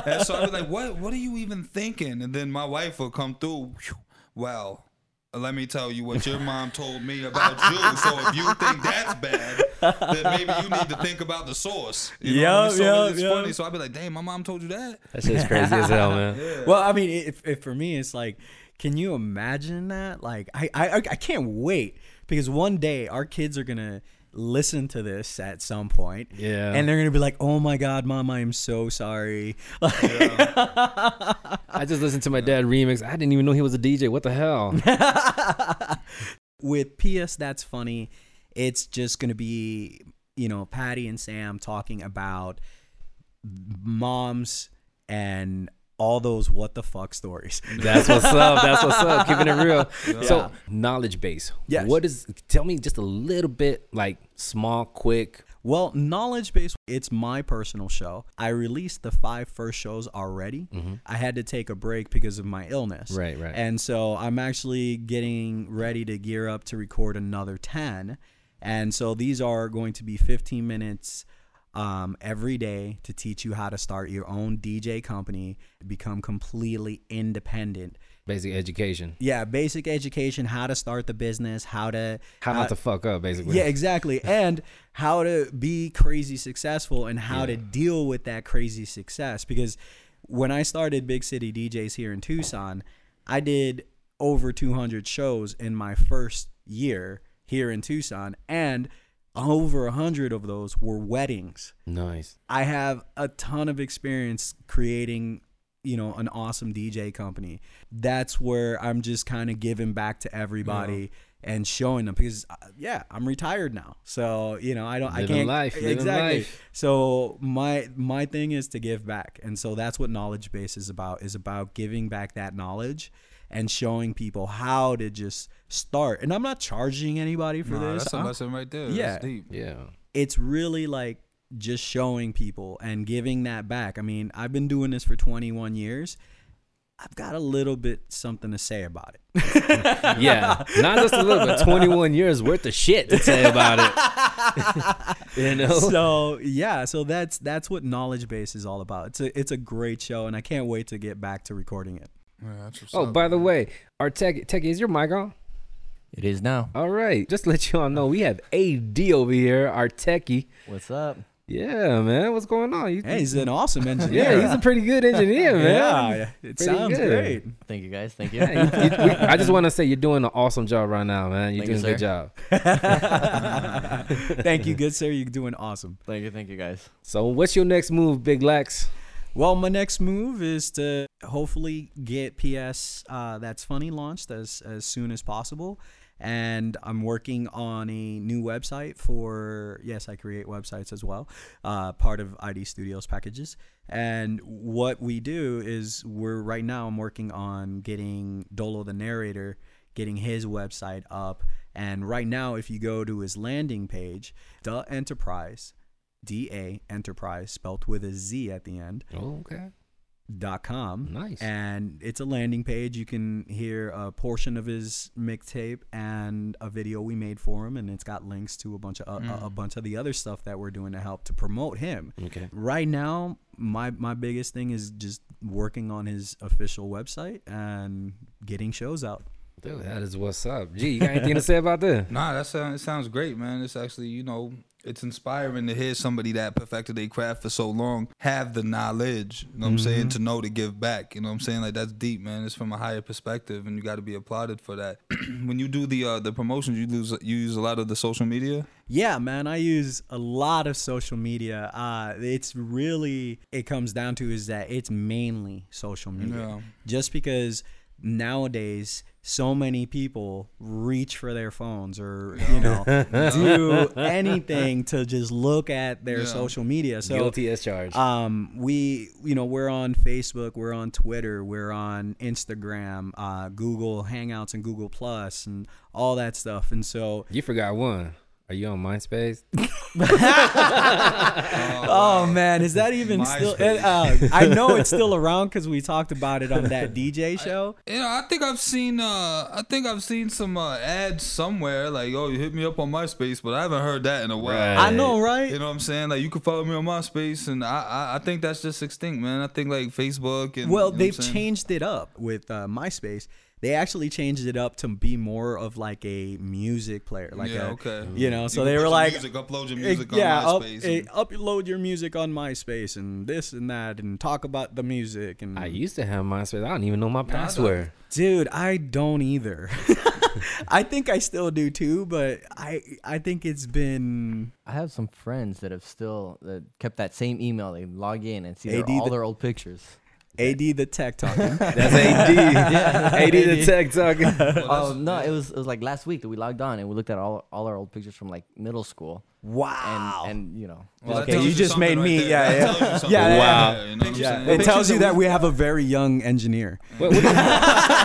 Speaker 4: and so I'll be like, "What? What are you even thinking?" And then my wife will come through. "Phew, Well. Let me tell you what your mom told me about you. So if you think that's bad, then maybe you need to think about the source. You know what I mean?
Speaker 6: Yup,
Speaker 4: So
Speaker 6: yup,
Speaker 4: it's
Speaker 6: yup.
Speaker 4: funny. So I'd be like, "Damn, my mom told you that."
Speaker 3: That shit's crazy as hell, man.
Speaker 6: Well, I mean, if, if for me, it's like, can you imagine that? Like, I, I, I can't wait because one day our kids are gonna listen to this at some point.
Speaker 3: Yeah.
Speaker 6: And they're gonna be like, "Oh my God, mom, I am so sorry."
Speaker 3: I
Speaker 6: Like,
Speaker 3: just listened to my dad remix. I didn't even know he was a DJ. What the hell?
Speaker 6: with PS That's Funny, it's just going to be, you know, Patty and Sam talking about moms and all those what the fuck stories.
Speaker 3: That's what's up. That's what's up. Keeping it real. So knowledge base.
Speaker 6: Yes.
Speaker 3: What is? Tell me just a little bit, like small, quick.
Speaker 6: Well, Knowledge Base, it's my personal show. I released the five first shows already. I had to take a break because of my illness.
Speaker 3: Mm-hmm. Right, right.
Speaker 6: And so I'm actually getting ready to gear up to record another 10. And so these are going to be 15 minutes um, every day to teach you how to start your own DJ company, become completely independent.
Speaker 3: Basic education.
Speaker 6: Yeah, basic education, how to start the business, how to
Speaker 3: How not to fuck up, basically.
Speaker 6: yeah, exactly. And how to be crazy successful and how to deal with that crazy success. Because when I started Big City DJs here in Tucson, I did over 200 shows in my first year here in Tucson, and over 100 of those were weddings.
Speaker 3: Nice.
Speaker 6: I have a ton of experience creating, you know, an awesome DJ company. That's where I'm just kind of giving back to everybody and showing them because uh, yeah, I'm retired now. So, you know, I don't I
Speaker 3: Living
Speaker 6: can't
Speaker 3: life, living
Speaker 6: exactly.
Speaker 3: life.
Speaker 6: So, my my thing is to give back. And so that's what knowledge base is about is about giving back that knowledge and showing people how to just start. And I'm not charging anybody for
Speaker 4: Nah,
Speaker 6: this.
Speaker 4: that's a
Speaker 6: I'm-
Speaker 4: lesson right there.
Speaker 6: Yeah.
Speaker 4: That's deep.
Speaker 3: Yeah.
Speaker 6: it's really like just showing people and giving that back. I mean, I've been doing this for 21 years. I've got a little bit something to say about it.
Speaker 3: Yeah. Not just a little, but 21 years worth of shit to say about it. you know.
Speaker 6: so yeah, so that's that's what knowledge base is all about. It's a it's a great show, and I can't wait to get back to recording it.
Speaker 3: oh, by the way, our tech techie, is your mic on?
Speaker 7: It is now.
Speaker 3: All right. Just to let you all know, we have AD over here, our techie.
Speaker 7: What's up?
Speaker 3: Yeah, man. What's going on? You-
Speaker 6: Hey, he's an awesome engineer.
Speaker 3: Mm-hmm. yeah, he's a pretty good engineer, man.
Speaker 6: Yeah, it
Speaker 3: Pretty
Speaker 6: sounds
Speaker 3: good.
Speaker 6: great.
Speaker 7: Thank you guys. Thank you.
Speaker 3: Yeah, you- you- we- I just want to say you're doing an awesome job right now, man. You're
Speaker 7: Thank you,
Speaker 3: doing a good
Speaker 7: sir.
Speaker 3: job.
Speaker 6: Thank you, good sir. You're doing awesome.
Speaker 7: thank you. Thank you guys.
Speaker 3: So, what's your next move, Big Lex?
Speaker 6: Well, my next move is to hopefully get PS uh, That's Funny launched as, as soon as possible. And I'm working on a new website for, yes, I create websites as well, uh, part of ID Studios packages. And what we do is we're right now, I'm working on getting Dolo the narrator, getting his website up. And right now, if you go to his landing page, the enterprise, DA Enterprise, spelt with a Z at the end,
Speaker 3: Oh, okay.
Speaker 6: dot com.
Speaker 3: Nice.
Speaker 6: And it's a landing page. You can hear a portion of his mixtape and a video we made for him, and it's got links to a bunch of uh, a-
Speaker 3: Mm.
Speaker 6: a, a bunch of the other stuff that we're doing to help to promote him.
Speaker 3: Okay.
Speaker 6: Right now, my my biggest thing is just working on his official website and getting shows out.
Speaker 3: Dude, that is what's up. Gee, you got anything to say about that?
Speaker 4: Nah, that sounds it sounds great, man. It's actually you know it's inspiring to hear somebody that perfected their craft for so long have the knowledge. You know what I'm
Speaker 6: Mm-hmm.
Speaker 4: saying to know to give back. You know what I'm saying like that's deep, man. It's from a higher perspective, and you got to be applauded for that. when you do the uh, the promotions, you lose you use a lot of the social media.
Speaker 6: Yeah, man, I use a lot of social media. Uh, it's really it comes down to is that it's mainly social media.
Speaker 4: Yeah.
Speaker 6: Just because nowadays so many people reach for their phones or you know do anything to just look at their
Speaker 4: Yeah.
Speaker 6: social media. So
Speaker 3: Guilty as charged.
Speaker 6: um, we, you know, we're on Facebook, we're on Twitter, we're on Instagram, uh, Google Hangouts, and Google Plus, and all that stuff. And so,
Speaker 3: you forgot one. Are you on MySpace?
Speaker 6: Oh man, is that even still?
Speaker 4: MySpace.
Speaker 6: uh, I know it's still around because we talked about it on that DJ show.
Speaker 4: You know, I think I've seen uh I think I've seen some uh ads somewhere like, oh, you hit me up on MySpace, but I haven't heard that in a while.
Speaker 6: I know, right?
Speaker 4: You know what I'm saying? Like you can follow me on MySpace and I I, I think that's just extinct, man. I think like Facebook and you know
Speaker 6: Well,
Speaker 4: what
Speaker 6: they've
Speaker 4: I'm saying?
Speaker 6: changed it up with uh, MySpace. They actually changed it up to be more of like a music player, like
Speaker 4: yeah,
Speaker 6: a,
Speaker 4: okay.
Speaker 6: you know. so
Speaker 4: can
Speaker 6: they
Speaker 4: put
Speaker 6: were
Speaker 4: your
Speaker 6: like,
Speaker 4: music, upload your
Speaker 6: eh,
Speaker 4: music on
Speaker 6: yeah, up-
Speaker 4: MySpace.
Speaker 6: eh,
Speaker 4: and-
Speaker 6: upload your music on MySpace and this and that, and talk about the music. And
Speaker 3: I used to have MySpace. I don't even know my password.
Speaker 6: Dude, I don't either. I think I still do too, but I I think it's been
Speaker 7: I have some friends that have still that kept that same email. They log in and see
Speaker 6: Hey,
Speaker 7: their,
Speaker 6: do
Speaker 7: all
Speaker 6: the-
Speaker 7: their old pictures.
Speaker 6: AD the tech talking.
Speaker 3: That's AD. AD the tech talking.
Speaker 7: Oh no, it was it was like last week that we logged on and we looked at all all our old pictures from like middle school.
Speaker 6: wow.
Speaker 7: And and you know,
Speaker 4: Well, that
Speaker 6: okay,
Speaker 4: tells
Speaker 6: you just
Speaker 4: something
Speaker 6: made me-
Speaker 4: there.
Speaker 6: yeah,
Speaker 4: That
Speaker 6: yeah.
Speaker 4: tells you something
Speaker 6: Yeah,
Speaker 4: right
Speaker 6: yeah.
Speaker 4: there, You know what I'm saying?
Speaker 6: it tells you that we have a very young engineer.
Speaker 3: What-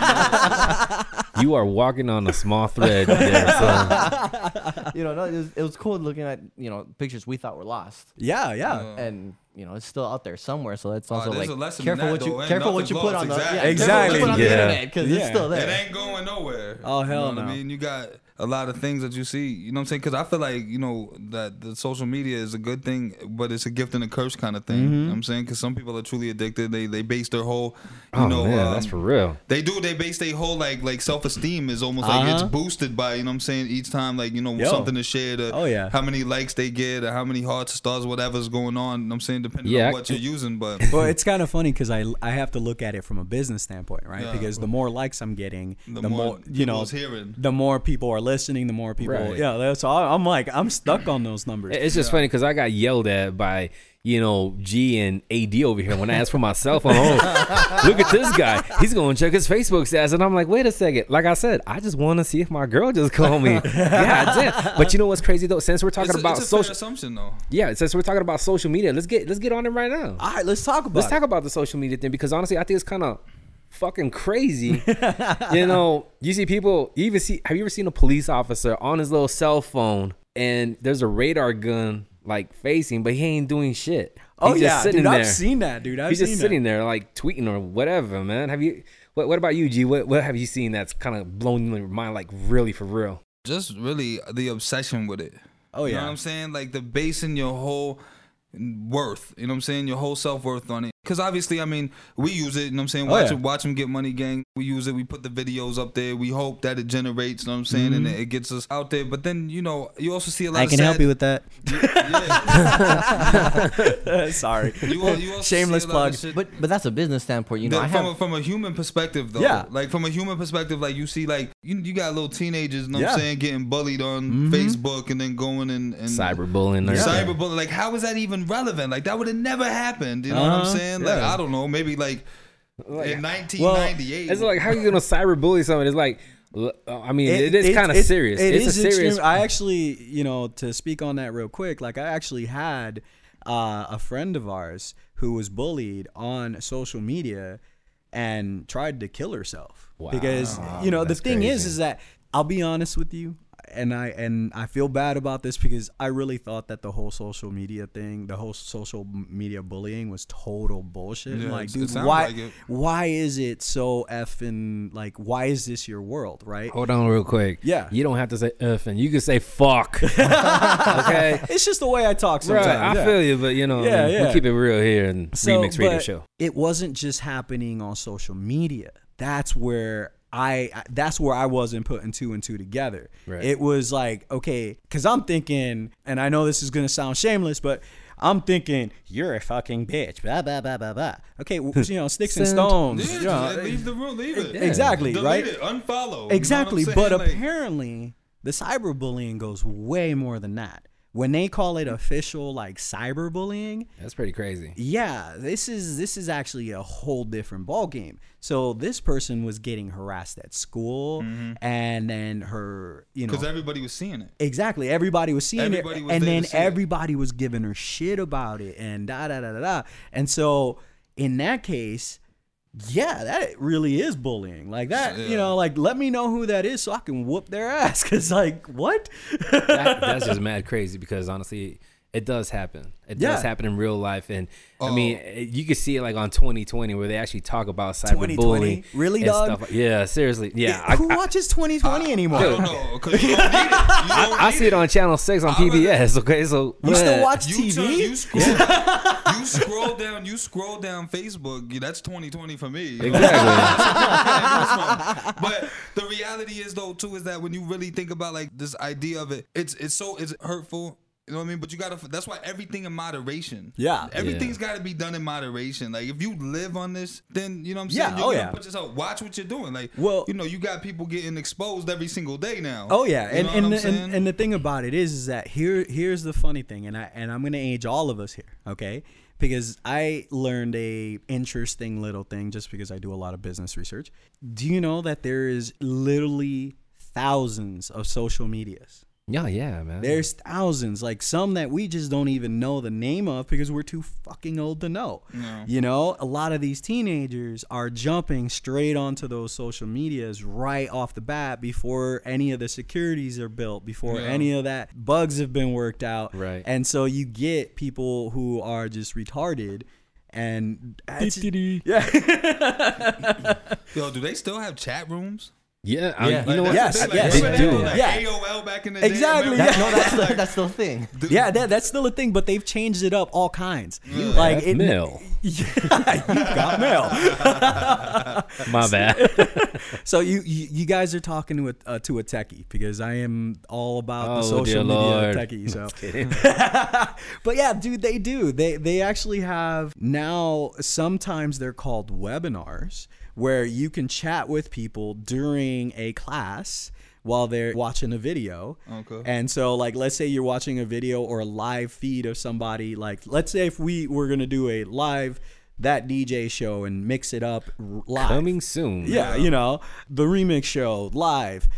Speaker 3: what- you are walking on a small thread there. son.
Speaker 7: you know, no, it was it was cool looking at you know pictures we thought were lost.
Speaker 6: Yeah, yeah.
Speaker 4: Uh,
Speaker 7: And you know it's still out there somewhere, so that's also
Speaker 4: there's
Speaker 7: like
Speaker 4: a lesson in
Speaker 7: careful
Speaker 4: that,
Speaker 7: what you
Speaker 4: though. Ain't
Speaker 7: careful what
Speaker 4: nothing
Speaker 7: you put
Speaker 4: lost,
Speaker 7: on the yeah,
Speaker 4: exactly.
Speaker 7: careful what you put on
Speaker 3: Exactly.
Speaker 7: the internet because
Speaker 6: Yeah.
Speaker 7: it's still
Speaker 4: It
Speaker 7: there.
Speaker 4: ain't going nowhere.
Speaker 6: Oh, hell
Speaker 4: you know what
Speaker 6: no.
Speaker 4: I mean, you got a lot of things that you see. You know what I'm saying? Because I feel like you know that the social media is a good thing, but it's a gift and a curse kind of thing. You know what I'm saying? Because some people are truly addicted. They they base their whole, you
Speaker 3: Oh
Speaker 4: know,
Speaker 3: man,
Speaker 4: um,
Speaker 3: that's for real.
Speaker 4: They do. They base their whole like like self esteem is almost like it's boosted by you know what I'm saying each time like you know
Speaker 6: Yo.
Speaker 4: something is shared. Or
Speaker 6: Oh, yeah.
Speaker 4: How many likes they get or how many hearts, stars, whatever's going on. You know what I'm saying depending
Speaker 3: Yeah, I-
Speaker 4: on what you're using, but
Speaker 6: Well, it's kind of funny because I, I have to look at it from a business standpoint, right?
Speaker 4: Yeah.
Speaker 6: Because the more likes I'm getting, the,
Speaker 4: The
Speaker 6: more,
Speaker 4: more
Speaker 6: you know,
Speaker 4: people's hearing.
Speaker 6: the more people are listening, the more people.
Speaker 3: Right.
Speaker 6: Yeah, that's all. I'm like, I'm stuck on those numbers.
Speaker 3: It's just funny because I got yelled at by you know G and AD over here when I asked for my cell phone. Oh, look at this guy. He's going to check his Facebook stats, and I'm like, wait a second. Like I said, I just want to see if my girl just called me. God damn. But you know what's crazy though? Since we're talking
Speaker 4: it's a,
Speaker 3: about
Speaker 4: it's a fair
Speaker 3: social,
Speaker 4: assumption though.
Speaker 3: yeah, since we're talking about social media, let's get let's get on it right now.
Speaker 6: all right, let's talk about.
Speaker 3: Let's
Speaker 6: it.
Speaker 3: talk about the social media thing because honestly, I think it's kind of fucking crazy. you know, you see people you even see. Have you ever seen a police officer on his little cell phone and there's a radar gun like facing, but he ain't doing shit.
Speaker 6: Oh
Speaker 3: He's
Speaker 6: yeah,
Speaker 3: just sitting
Speaker 6: dude,
Speaker 3: there.
Speaker 6: I've seen that, dude. I've
Speaker 3: He's
Speaker 6: seen
Speaker 3: just
Speaker 6: that.
Speaker 3: sitting there like tweeting or whatever, man. Have you? What, what about you, G? What, what have you seen that's kind of blown your mind, like really for real?
Speaker 4: just really the obsession with it.
Speaker 6: Oh
Speaker 4: You know
Speaker 6: yeah.
Speaker 4: what I'm saying? Like the basing your whole worth, you know what I'm saying? Your whole self worth on it. Cause obviously, I mean, we use it, you know what I'm saying?
Speaker 6: Oh,
Speaker 4: Watch
Speaker 6: yeah.
Speaker 4: it, watch them get money gang. We use it, we put the videos up there. We hope that it generates, you know what I'm saying? And
Speaker 6: Mm-hmm.
Speaker 4: it gets us out there. But then, you know, you also see a lot of sad-
Speaker 6: with that.
Speaker 4: Yeah.
Speaker 6: Sorry.
Speaker 4: You al- you also see a
Speaker 6: Shameless
Speaker 4: lot
Speaker 6: plug.
Speaker 4: of shit-
Speaker 7: But but that's a business standpoint. You know,
Speaker 4: That-
Speaker 7: I
Speaker 4: from,
Speaker 7: have
Speaker 4: a, from a human perspective though
Speaker 6: Yeah.
Speaker 4: like from a human perspective like you see like you, you got little teenagers you know what i'm
Speaker 6: Yeah. Mm-hmm.
Speaker 4: saying getting bullied on facebook and then going and, and
Speaker 3: Cyberbullying, or
Speaker 4: Cyberbullying, like how is that even relevant? Like that would have never happened. You know what
Speaker 6: Uh-huh,
Speaker 4: I'm saying? Like I don't know, maybe like, in 1998.
Speaker 3: It's like how you gonna cyberbully someone? It's like, l- I mean, it is
Speaker 6: it's-
Speaker 3: kind of
Speaker 6: it's-
Speaker 3: serious.
Speaker 6: it
Speaker 3: it's
Speaker 6: is
Speaker 3: a serious.
Speaker 6: extreme- I actually, you know, to speak on that real quick, like I actually had uh, a friend of ours who was bullied on social media and tried to kill herself because you know the
Speaker 3: that's
Speaker 6: thing is
Speaker 3: crazy.
Speaker 6: is that I'll be honest with you. And I and I feel bad about this because I really thought that the whole social media thing, the whole social media bullying, was total bullshit.
Speaker 4: Yeah,
Speaker 6: like,
Speaker 4: it
Speaker 6: dude,
Speaker 4: sounds
Speaker 6: why
Speaker 4: like it.
Speaker 6: why is it so effing like why is this your world, right?
Speaker 3: Hold on, real quick.
Speaker 6: Yeah.
Speaker 3: you don't have to say f, and you can say fuck. okay,
Speaker 6: It's just the way I talk
Speaker 3: right.
Speaker 6: sometimes.
Speaker 3: I
Speaker 6: yeah.
Speaker 3: feel you, but you know,
Speaker 6: Yeah, yeah.
Speaker 3: we keep it real here in
Speaker 6: So,
Speaker 3: Remix Radio
Speaker 6: but
Speaker 3: Show.
Speaker 6: It wasn't just happening on social media. That's where I. I- That's where I wasn't putting two and two together.
Speaker 3: Right.
Speaker 6: It was like okay, because I'm thinking, and I know this is gonna sound shameless, but. I'm thinking you're a fucking bitch. Blah blah blah blah blah. Okay, well, you know sticks and
Speaker 3: Send-
Speaker 6: stones.
Speaker 4: yeah,
Speaker 6: you know,
Speaker 4: just leave the room, leave it.
Speaker 6: Exactly,
Speaker 4: Delete
Speaker 6: right?
Speaker 4: it, unfollow.
Speaker 6: Exactly,
Speaker 4: you know what I'm
Speaker 6: but
Speaker 4: saying? Like,
Speaker 6: apparently the cyberbullying goes way more than that. When they call it official like cyberbullying,
Speaker 3: That's pretty crazy.
Speaker 6: yeah, this is this is actually a whole different ballgame. So this person was getting harassed at school,
Speaker 4: Mm-hmm.
Speaker 6: and then her, you know,
Speaker 4: because everybody was seeing it.
Speaker 6: Exactly. Everybody was seeing
Speaker 4: Everybody
Speaker 6: it,
Speaker 4: was
Speaker 6: and
Speaker 4: there to
Speaker 6: then
Speaker 4: see it.
Speaker 6: everybody was giving her shit about it, and da da da da da. And so, in that case, yeah, that really is bullying. Like that,
Speaker 4: Yeah.
Speaker 6: you know, like let me know who that is so I can whoop their ass. Cause like what?
Speaker 3: that, that's just mad crazy because honestly, it does happen. It does
Speaker 6: Yeah.
Speaker 3: happen in real life, and I
Speaker 4: Oh.
Speaker 3: mean, it- you can see it like on 2020 where they actually talk about cyberbullying.
Speaker 6: 2020? Really,
Speaker 3: and
Speaker 6: dog?
Speaker 3: stuff like- yeah, seriously. Yeah, I,
Speaker 6: Who
Speaker 3: I,
Speaker 6: watches 2020 anymore?
Speaker 4: I don't know. 'cause you don't need it. You don't
Speaker 3: I
Speaker 4: need
Speaker 3: see it on Channel Six on
Speaker 4: I would-
Speaker 3: PBS. Okay, so
Speaker 6: You still
Speaker 3: man,
Speaker 6: watch
Speaker 4: You, turn- you,
Speaker 6: TV?
Speaker 4: scroll down, you scroll down. You scroll down Facebook. you- That's 2020 for me.
Speaker 3: Exactly.
Speaker 4: but the reality is though too is that when you really think about like this idea of it, it's it's so it's hurtful. You know what I mean? But you gotta. That's why everything in moderation.
Speaker 6: Yeah.
Speaker 4: Everything's gotta be done in moderation. Like if you live on this, then you know what I'm saying.
Speaker 6: Yeah,
Speaker 4: You're
Speaker 6: oh,
Speaker 4: gonna
Speaker 6: yeah.
Speaker 4: Put yourself. Watch what you're doing. Like
Speaker 6: Well-
Speaker 4: you know, you got people getting exposed every single day now.
Speaker 6: Oh yeah,
Speaker 4: You
Speaker 6: and
Speaker 4: know what
Speaker 6: and, the,
Speaker 4: I'm
Speaker 6: and
Speaker 4: saying?
Speaker 6: and the thing about it is, is that here here's the funny thing, and I and I'm gonna age all of us here, okay? Because I learned a interesting little thing just because I do a lot of business research. Do you know that there is literally thousands of social medias?
Speaker 3: yeah, yeah, man.
Speaker 6: There's thousands, like some that we just don't even know the name of because we're too fucking old to know. You know, a lot of these teenagers are jumping straight onto those social medias right off the bat before any of the securities are built, before any of that bugs have been worked out.
Speaker 3: Right.
Speaker 6: And so you get people who are just retarded and it's-
Speaker 4: Yo, do they still have chat rooms?
Speaker 3: yeah, I,
Speaker 7: Yeah.
Speaker 3: you know what?
Speaker 6: Yes,
Speaker 4: That's the thing,
Speaker 6: yes,
Speaker 3: they do.
Speaker 4: remember That, like,
Speaker 6: Yeah.
Speaker 4: AOL back in the day.
Speaker 6: Exactly,
Speaker 4: remember?
Speaker 6: yeah.
Speaker 7: no, that's the, that's the thing.
Speaker 6: yeah, that, that's still a thing, but they've changed it up all kinds. like it,
Speaker 3: Mill.
Speaker 6: Yeah, you got mail.
Speaker 3: My bad.
Speaker 6: So you, you you guys are talking to a uh, to a techie because I am all about the
Speaker 3: Oh, dear
Speaker 6: social media
Speaker 3: Lord.
Speaker 6: techie. So, but yeah, dude, they do. They they actually have now. Sometimes they're called webinars where you can chat with people during a class while they're watching a video.
Speaker 4: Okay.
Speaker 6: And so like let's say you're watching a video or a live feed of somebody like let's say if we were going to do a live that DJ show and mix it up r- live.
Speaker 3: Coming soon.
Speaker 6: Yeah, you know, the remix show live.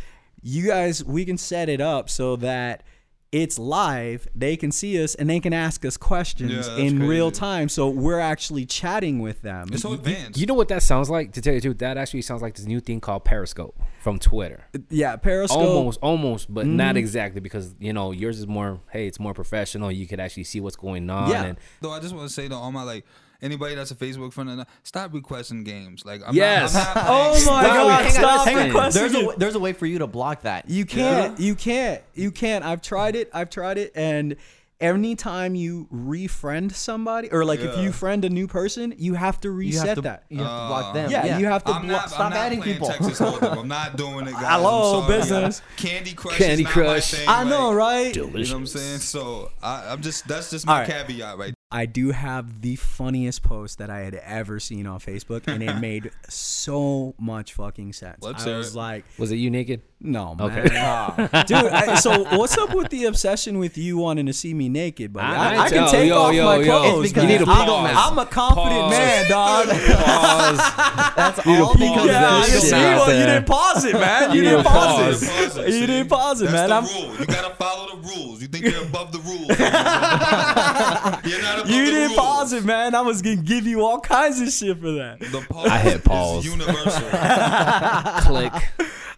Speaker 6: You guys, we can set it up so that it's live. They can see us and they can ask us questions
Speaker 4: Yeah, that's
Speaker 6: in real
Speaker 4: crazy.
Speaker 6: time. So we're actually chatting with them.
Speaker 4: It's so advanced.
Speaker 3: You know what that sounds like? To tell you the truth, that actually sounds like this new thing called Periscope from Twitter.
Speaker 6: yeah, Periscope.
Speaker 3: almost almost but
Speaker 6: Mm-hmm.
Speaker 3: not exactly because you know yours is more hey it's more professional you could actually see what's going on
Speaker 6: Yeah.
Speaker 3: and
Speaker 4: Though I just want to say to all my like anybody that's a Facebook friend, and I- stop requesting games. Like I'm
Speaker 3: Yes.
Speaker 4: Not, I'm not
Speaker 6: Oh
Speaker 4: playing-
Speaker 6: my
Speaker 3: Stop
Speaker 6: God!
Speaker 3: requesting.
Speaker 6: Stop
Speaker 3: Hang on.
Speaker 6: requesting
Speaker 7: There's a
Speaker 6: it.
Speaker 7: w- there's a way for you to block that.
Speaker 6: You can't. You can't. You can't. I've tried it. I've tried it. And anytime you refriend somebody, or like if you friend a new person, you have to
Speaker 7: you
Speaker 6: reset
Speaker 7: have to,
Speaker 6: that.
Speaker 7: You have to block them.
Speaker 6: yeah, you have to
Speaker 4: I'm
Speaker 6: block.
Speaker 4: not,
Speaker 7: Stop
Speaker 4: I'm not
Speaker 7: adding
Speaker 4: playing
Speaker 7: people.
Speaker 4: Texas Hold'em. I'm not doing it, guys.
Speaker 6: Hello,
Speaker 4: I'm sorry.
Speaker 6: business.
Speaker 4: Candy Crush.
Speaker 3: Candy
Speaker 4: is not
Speaker 3: Crush.
Speaker 4: My thing,
Speaker 6: I know,
Speaker 4: like,
Speaker 6: right?
Speaker 4: You know what I'm saying? So I, I'm just that's just
Speaker 6: All
Speaker 4: my
Speaker 6: right.
Speaker 4: caveat, right?
Speaker 6: I do have the funniest post that I had ever seen on Facebook, and it made so much fucking sense.
Speaker 4: Let's
Speaker 6: I
Speaker 4: hear
Speaker 6: was
Speaker 4: it.
Speaker 6: like,
Speaker 3: was it you naked
Speaker 6: no, man.
Speaker 3: Okay.
Speaker 6: Nah. Dude, I, so what's up with the obsession with you wanting to see me naked, buddy?
Speaker 3: I-
Speaker 6: I,
Speaker 3: I
Speaker 6: I can
Speaker 3: tell-
Speaker 6: take
Speaker 3: yo,
Speaker 6: off
Speaker 3: yo,
Speaker 6: my
Speaker 3: yo,
Speaker 6: clothes.
Speaker 7: it's because
Speaker 6: man.
Speaker 7: you need to
Speaker 6: I'm-
Speaker 7: pause.
Speaker 6: I'm, a confident
Speaker 3: Pause.
Speaker 6: man, dog.
Speaker 7: That's all
Speaker 3: pause
Speaker 7: because
Speaker 6: yeah,
Speaker 3: that
Speaker 6: I
Speaker 7: of
Speaker 6: can
Speaker 3: shit
Speaker 6: see
Speaker 3: out
Speaker 6: well, you
Speaker 3: there.
Speaker 6: didn't pause it, man. You,
Speaker 3: You
Speaker 6: didn't
Speaker 3: didn't
Speaker 6: pause,
Speaker 3: pause.
Speaker 6: it.
Speaker 4: see?
Speaker 6: You didn't pause it,
Speaker 4: That's
Speaker 6: man.
Speaker 4: the
Speaker 6: I'm,
Speaker 4: rule. You gotta follow the rules. You think you're above the rules? you're not above
Speaker 6: you
Speaker 4: the
Speaker 6: didn't
Speaker 4: rules.
Speaker 6: pause it, man. I was gonna give you all kinds of shit for that.
Speaker 4: The pause
Speaker 3: I had paused.
Speaker 4: Is universal.
Speaker 3: click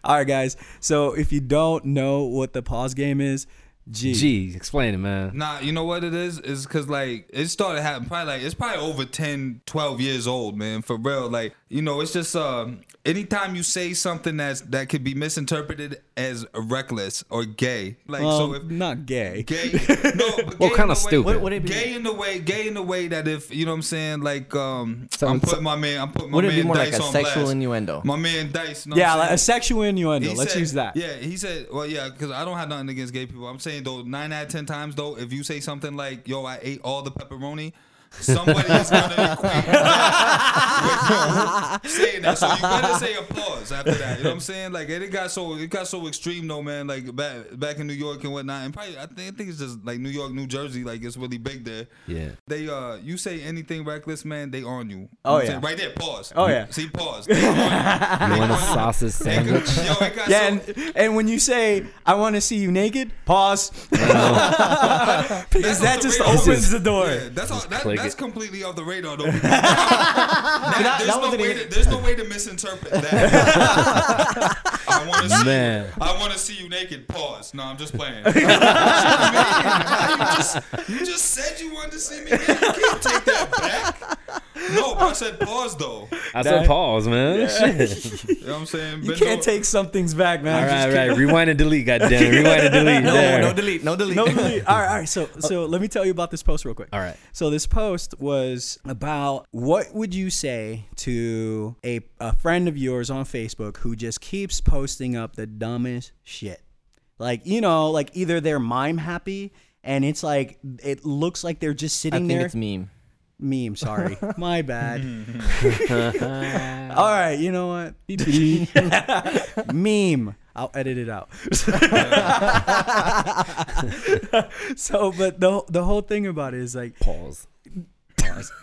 Speaker 6: All right, guys. So if you don't know what the pause game is, gee.
Speaker 3: gee explain it man
Speaker 4: Nah, you know what it is? Is because like it started happening probably like it's probably over 10, 12 years old, man. For real, like you know, it's just um anytime you say something that's that could be misinterpreted as reckless or gay, like so
Speaker 6: Um,
Speaker 4: if
Speaker 6: not gay.
Speaker 4: gay, no, but gay in
Speaker 3: kinda
Speaker 4: the way-
Speaker 3: stupid?
Speaker 7: What- what it be?
Speaker 4: Gay in the way, gay in the way that if you know what I'm saying, like um,
Speaker 3: So-
Speaker 4: I'm
Speaker 3: so-
Speaker 4: putting my man, I'm putting my
Speaker 7: Would it be
Speaker 4: man
Speaker 7: more like
Speaker 4: Dice
Speaker 7: a
Speaker 4: on
Speaker 7: sexual
Speaker 4: blast.
Speaker 7: innuendo?
Speaker 4: My man Dice, you know what
Speaker 6: yeah,
Speaker 4: I'm
Speaker 6: like a
Speaker 4: saying?
Speaker 6: sexual innuendo.
Speaker 4: He
Speaker 6: Let's
Speaker 4: said-
Speaker 6: use that.
Speaker 4: Yeah, he said, well, yeah, because I don't have nothing against gay people. I'm saying though, nine out of ten times though, if you say something like, "Yo, I ate all the pepperoni," somebody is gonna equate that with you saying that. So you better say applause after that. You know what I'm saying? Like it, it got so it got so extreme though, man. Like back back in New York and whatnot, and probably I think, I think it's just like New York, New Jersey, like it's really big there.
Speaker 3: yeah
Speaker 4: They uh, you say anything reckless, man, they on you. You
Speaker 6: Oh,
Speaker 4: know what I'm
Speaker 6: yeah.
Speaker 4: saying? right there, pause.
Speaker 6: Oh, yeah.
Speaker 4: see, pause. They
Speaker 3: you
Speaker 4: on you.
Speaker 3: want a
Speaker 4: They on you.
Speaker 3: sausage sandwich
Speaker 4: Yo, it got
Speaker 6: Yeah,
Speaker 4: so-
Speaker 6: and, and when you say I want to see you naked, pause. because that
Speaker 4: off
Speaker 6: just
Speaker 4: radar.
Speaker 6: opens the door.
Speaker 4: Yeah, that's all. That,
Speaker 3: click
Speaker 4: That's
Speaker 3: it.
Speaker 4: completely off the radar, though. That- there's,
Speaker 7: that
Speaker 4: no
Speaker 7: wasn't
Speaker 4: way
Speaker 7: even-
Speaker 4: to, there's no way to misinterpret that. I want to see.
Speaker 3: Man.
Speaker 4: I want to see you naked. Pause. No, I'm just playing. What you, mean? How you just, you just said you wanted to see me. naked. You can't take that back. No, I said pause though.
Speaker 3: I said pause, man. Shit.
Speaker 4: You know what I'm saying?
Speaker 6: You
Speaker 4: Bend
Speaker 6: can't
Speaker 4: over.
Speaker 6: take some things back, man.
Speaker 3: All
Speaker 6: I'm just
Speaker 3: right, all right. Rewind and delete, goddamn. Rewind and delete.
Speaker 7: No,
Speaker 3: there.
Speaker 7: no delete, no delete.
Speaker 6: No, really. all right, all right. So,
Speaker 7: Oh.
Speaker 6: so let me tell you about this post real quick.
Speaker 3: All right.
Speaker 6: So this post was about what would you say to a, a friend of yours on Facebook who just keeps posting up the dumbest shit. Like, you know, like either they're mime happy and it's like it looks like they're just
Speaker 7: I
Speaker 6: sitting
Speaker 7: think
Speaker 6: there
Speaker 7: it's meme.
Speaker 6: meme, sorry. My bad. All right, you know what? meme. I'll edit it out. so, but the the whole thing about it is like
Speaker 3: Pause. Pause.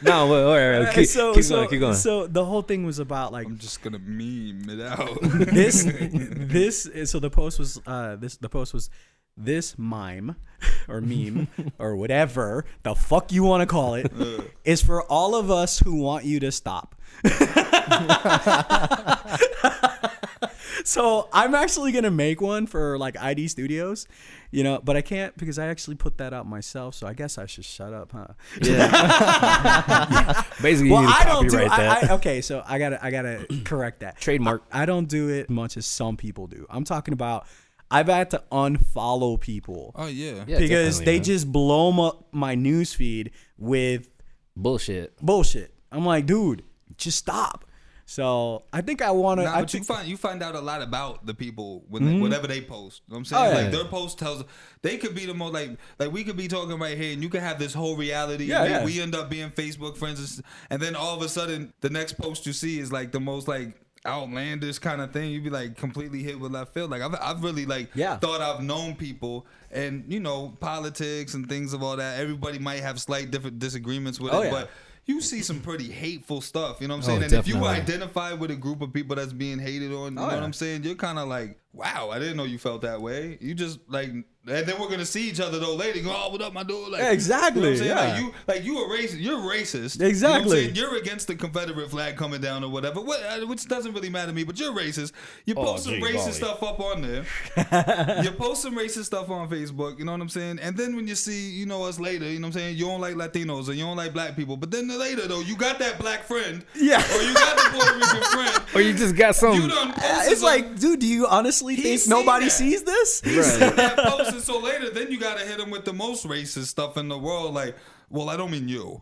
Speaker 3: no, wait, all right, all right. Keep,
Speaker 6: so,
Speaker 3: keep
Speaker 6: so,
Speaker 3: going, keep going.
Speaker 6: So the whole thing was about like
Speaker 4: I'm just gonna meme it out.
Speaker 6: this this so the post was uh this the post was this mime or meme or whatever the fuck you want to call it is for all of us who want you to stop so i'm actually gonna make one for like id studios you know but i can't because i actually put that out myself so i guess i should shut up huh
Speaker 3: Basically,
Speaker 6: well
Speaker 3: you need to
Speaker 6: i don't do
Speaker 3: copyright
Speaker 6: I,
Speaker 3: that.
Speaker 6: I, okay so i gotta i gotta correct that
Speaker 3: Trademark.
Speaker 6: I don't do it much as some people do. I'm talking about I've had to unfollow people
Speaker 4: oh yeah.
Speaker 3: Yeah,
Speaker 6: because
Speaker 3: definitely,
Speaker 6: they
Speaker 3: man.
Speaker 6: just blow my, my news feed with
Speaker 3: bullshit.
Speaker 6: bullshit. I'm like, dude, just stop. So I think I want to.
Speaker 4: Nah,
Speaker 6: I
Speaker 4: but you
Speaker 6: think, Mm-hmm.
Speaker 4: find you find out a lot about the people when they, whatever they post. You know what I'm saying
Speaker 6: Oh, yeah.
Speaker 4: like their post tells they could be the most like like we could be talking right here and you could have this whole reality.
Speaker 6: Yeah,
Speaker 4: and then
Speaker 6: yeah.
Speaker 4: we end up being Facebook friends, and, s- and then all of a sudden the next post you see is like the most like outlandish kind of thing. You'd be like completely hit with left field. Like I've I've really like
Speaker 6: Yeah.
Speaker 4: thought I've known people and you know politics and things of all that. Everybody might have slight different disagreements with
Speaker 6: Oh,
Speaker 4: it,
Speaker 6: yeah.
Speaker 4: but. You see some pretty hateful stuff, you know what I'm
Speaker 3: Oh,
Speaker 4: saying? and if you
Speaker 3: definitely.
Speaker 4: identify with a group of people that's being hated on, you know what I'm saying? You're kind of like, wow, I didn't know you felt that way. You just like, and then we're gonna see each other though later. Go, oh, what up, my dude? Like,
Speaker 6: Yeah, exactly,
Speaker 4: You know what I'm
Speaker 6: yeah.
Speaker 4: saying? Like you, like you a racist. You're racist.
Speaker 6: Exactly.
Speaker 4: You are against the Confederate flag coming down or whatever. What, uh, which doesn't really matter to me. But you're racist. You
Speaker 3: Oh,
Speaker 4: post some
Speaker 3: gee,
Speaker 4: racist
Speaker 3: golly.
Speaker 4: stuff up on there. you post some racist stuff on Facebook, you know what I'm saying? And then when you see, you know, us later, you know what I'm saying? You don't like Latinos and you don't like black people. But then later, though, you got that black friend.
Speaker 6: Yeah.
Speaker 4: Or you got the Puerto Rican friend.
Speaker 3: Or you just got some.
Speaker 4: You done posted
Speaker 6: Uh, it's like, dude, do you honestly think
Speaker 4: seen
Speaker 6: nobody
Speaker 4: that.
Speaker 6: sees this?
Speaker 4: that post. And so later, then you got to hit him with the most racist stuff in the world. Like, well, I don't mean you.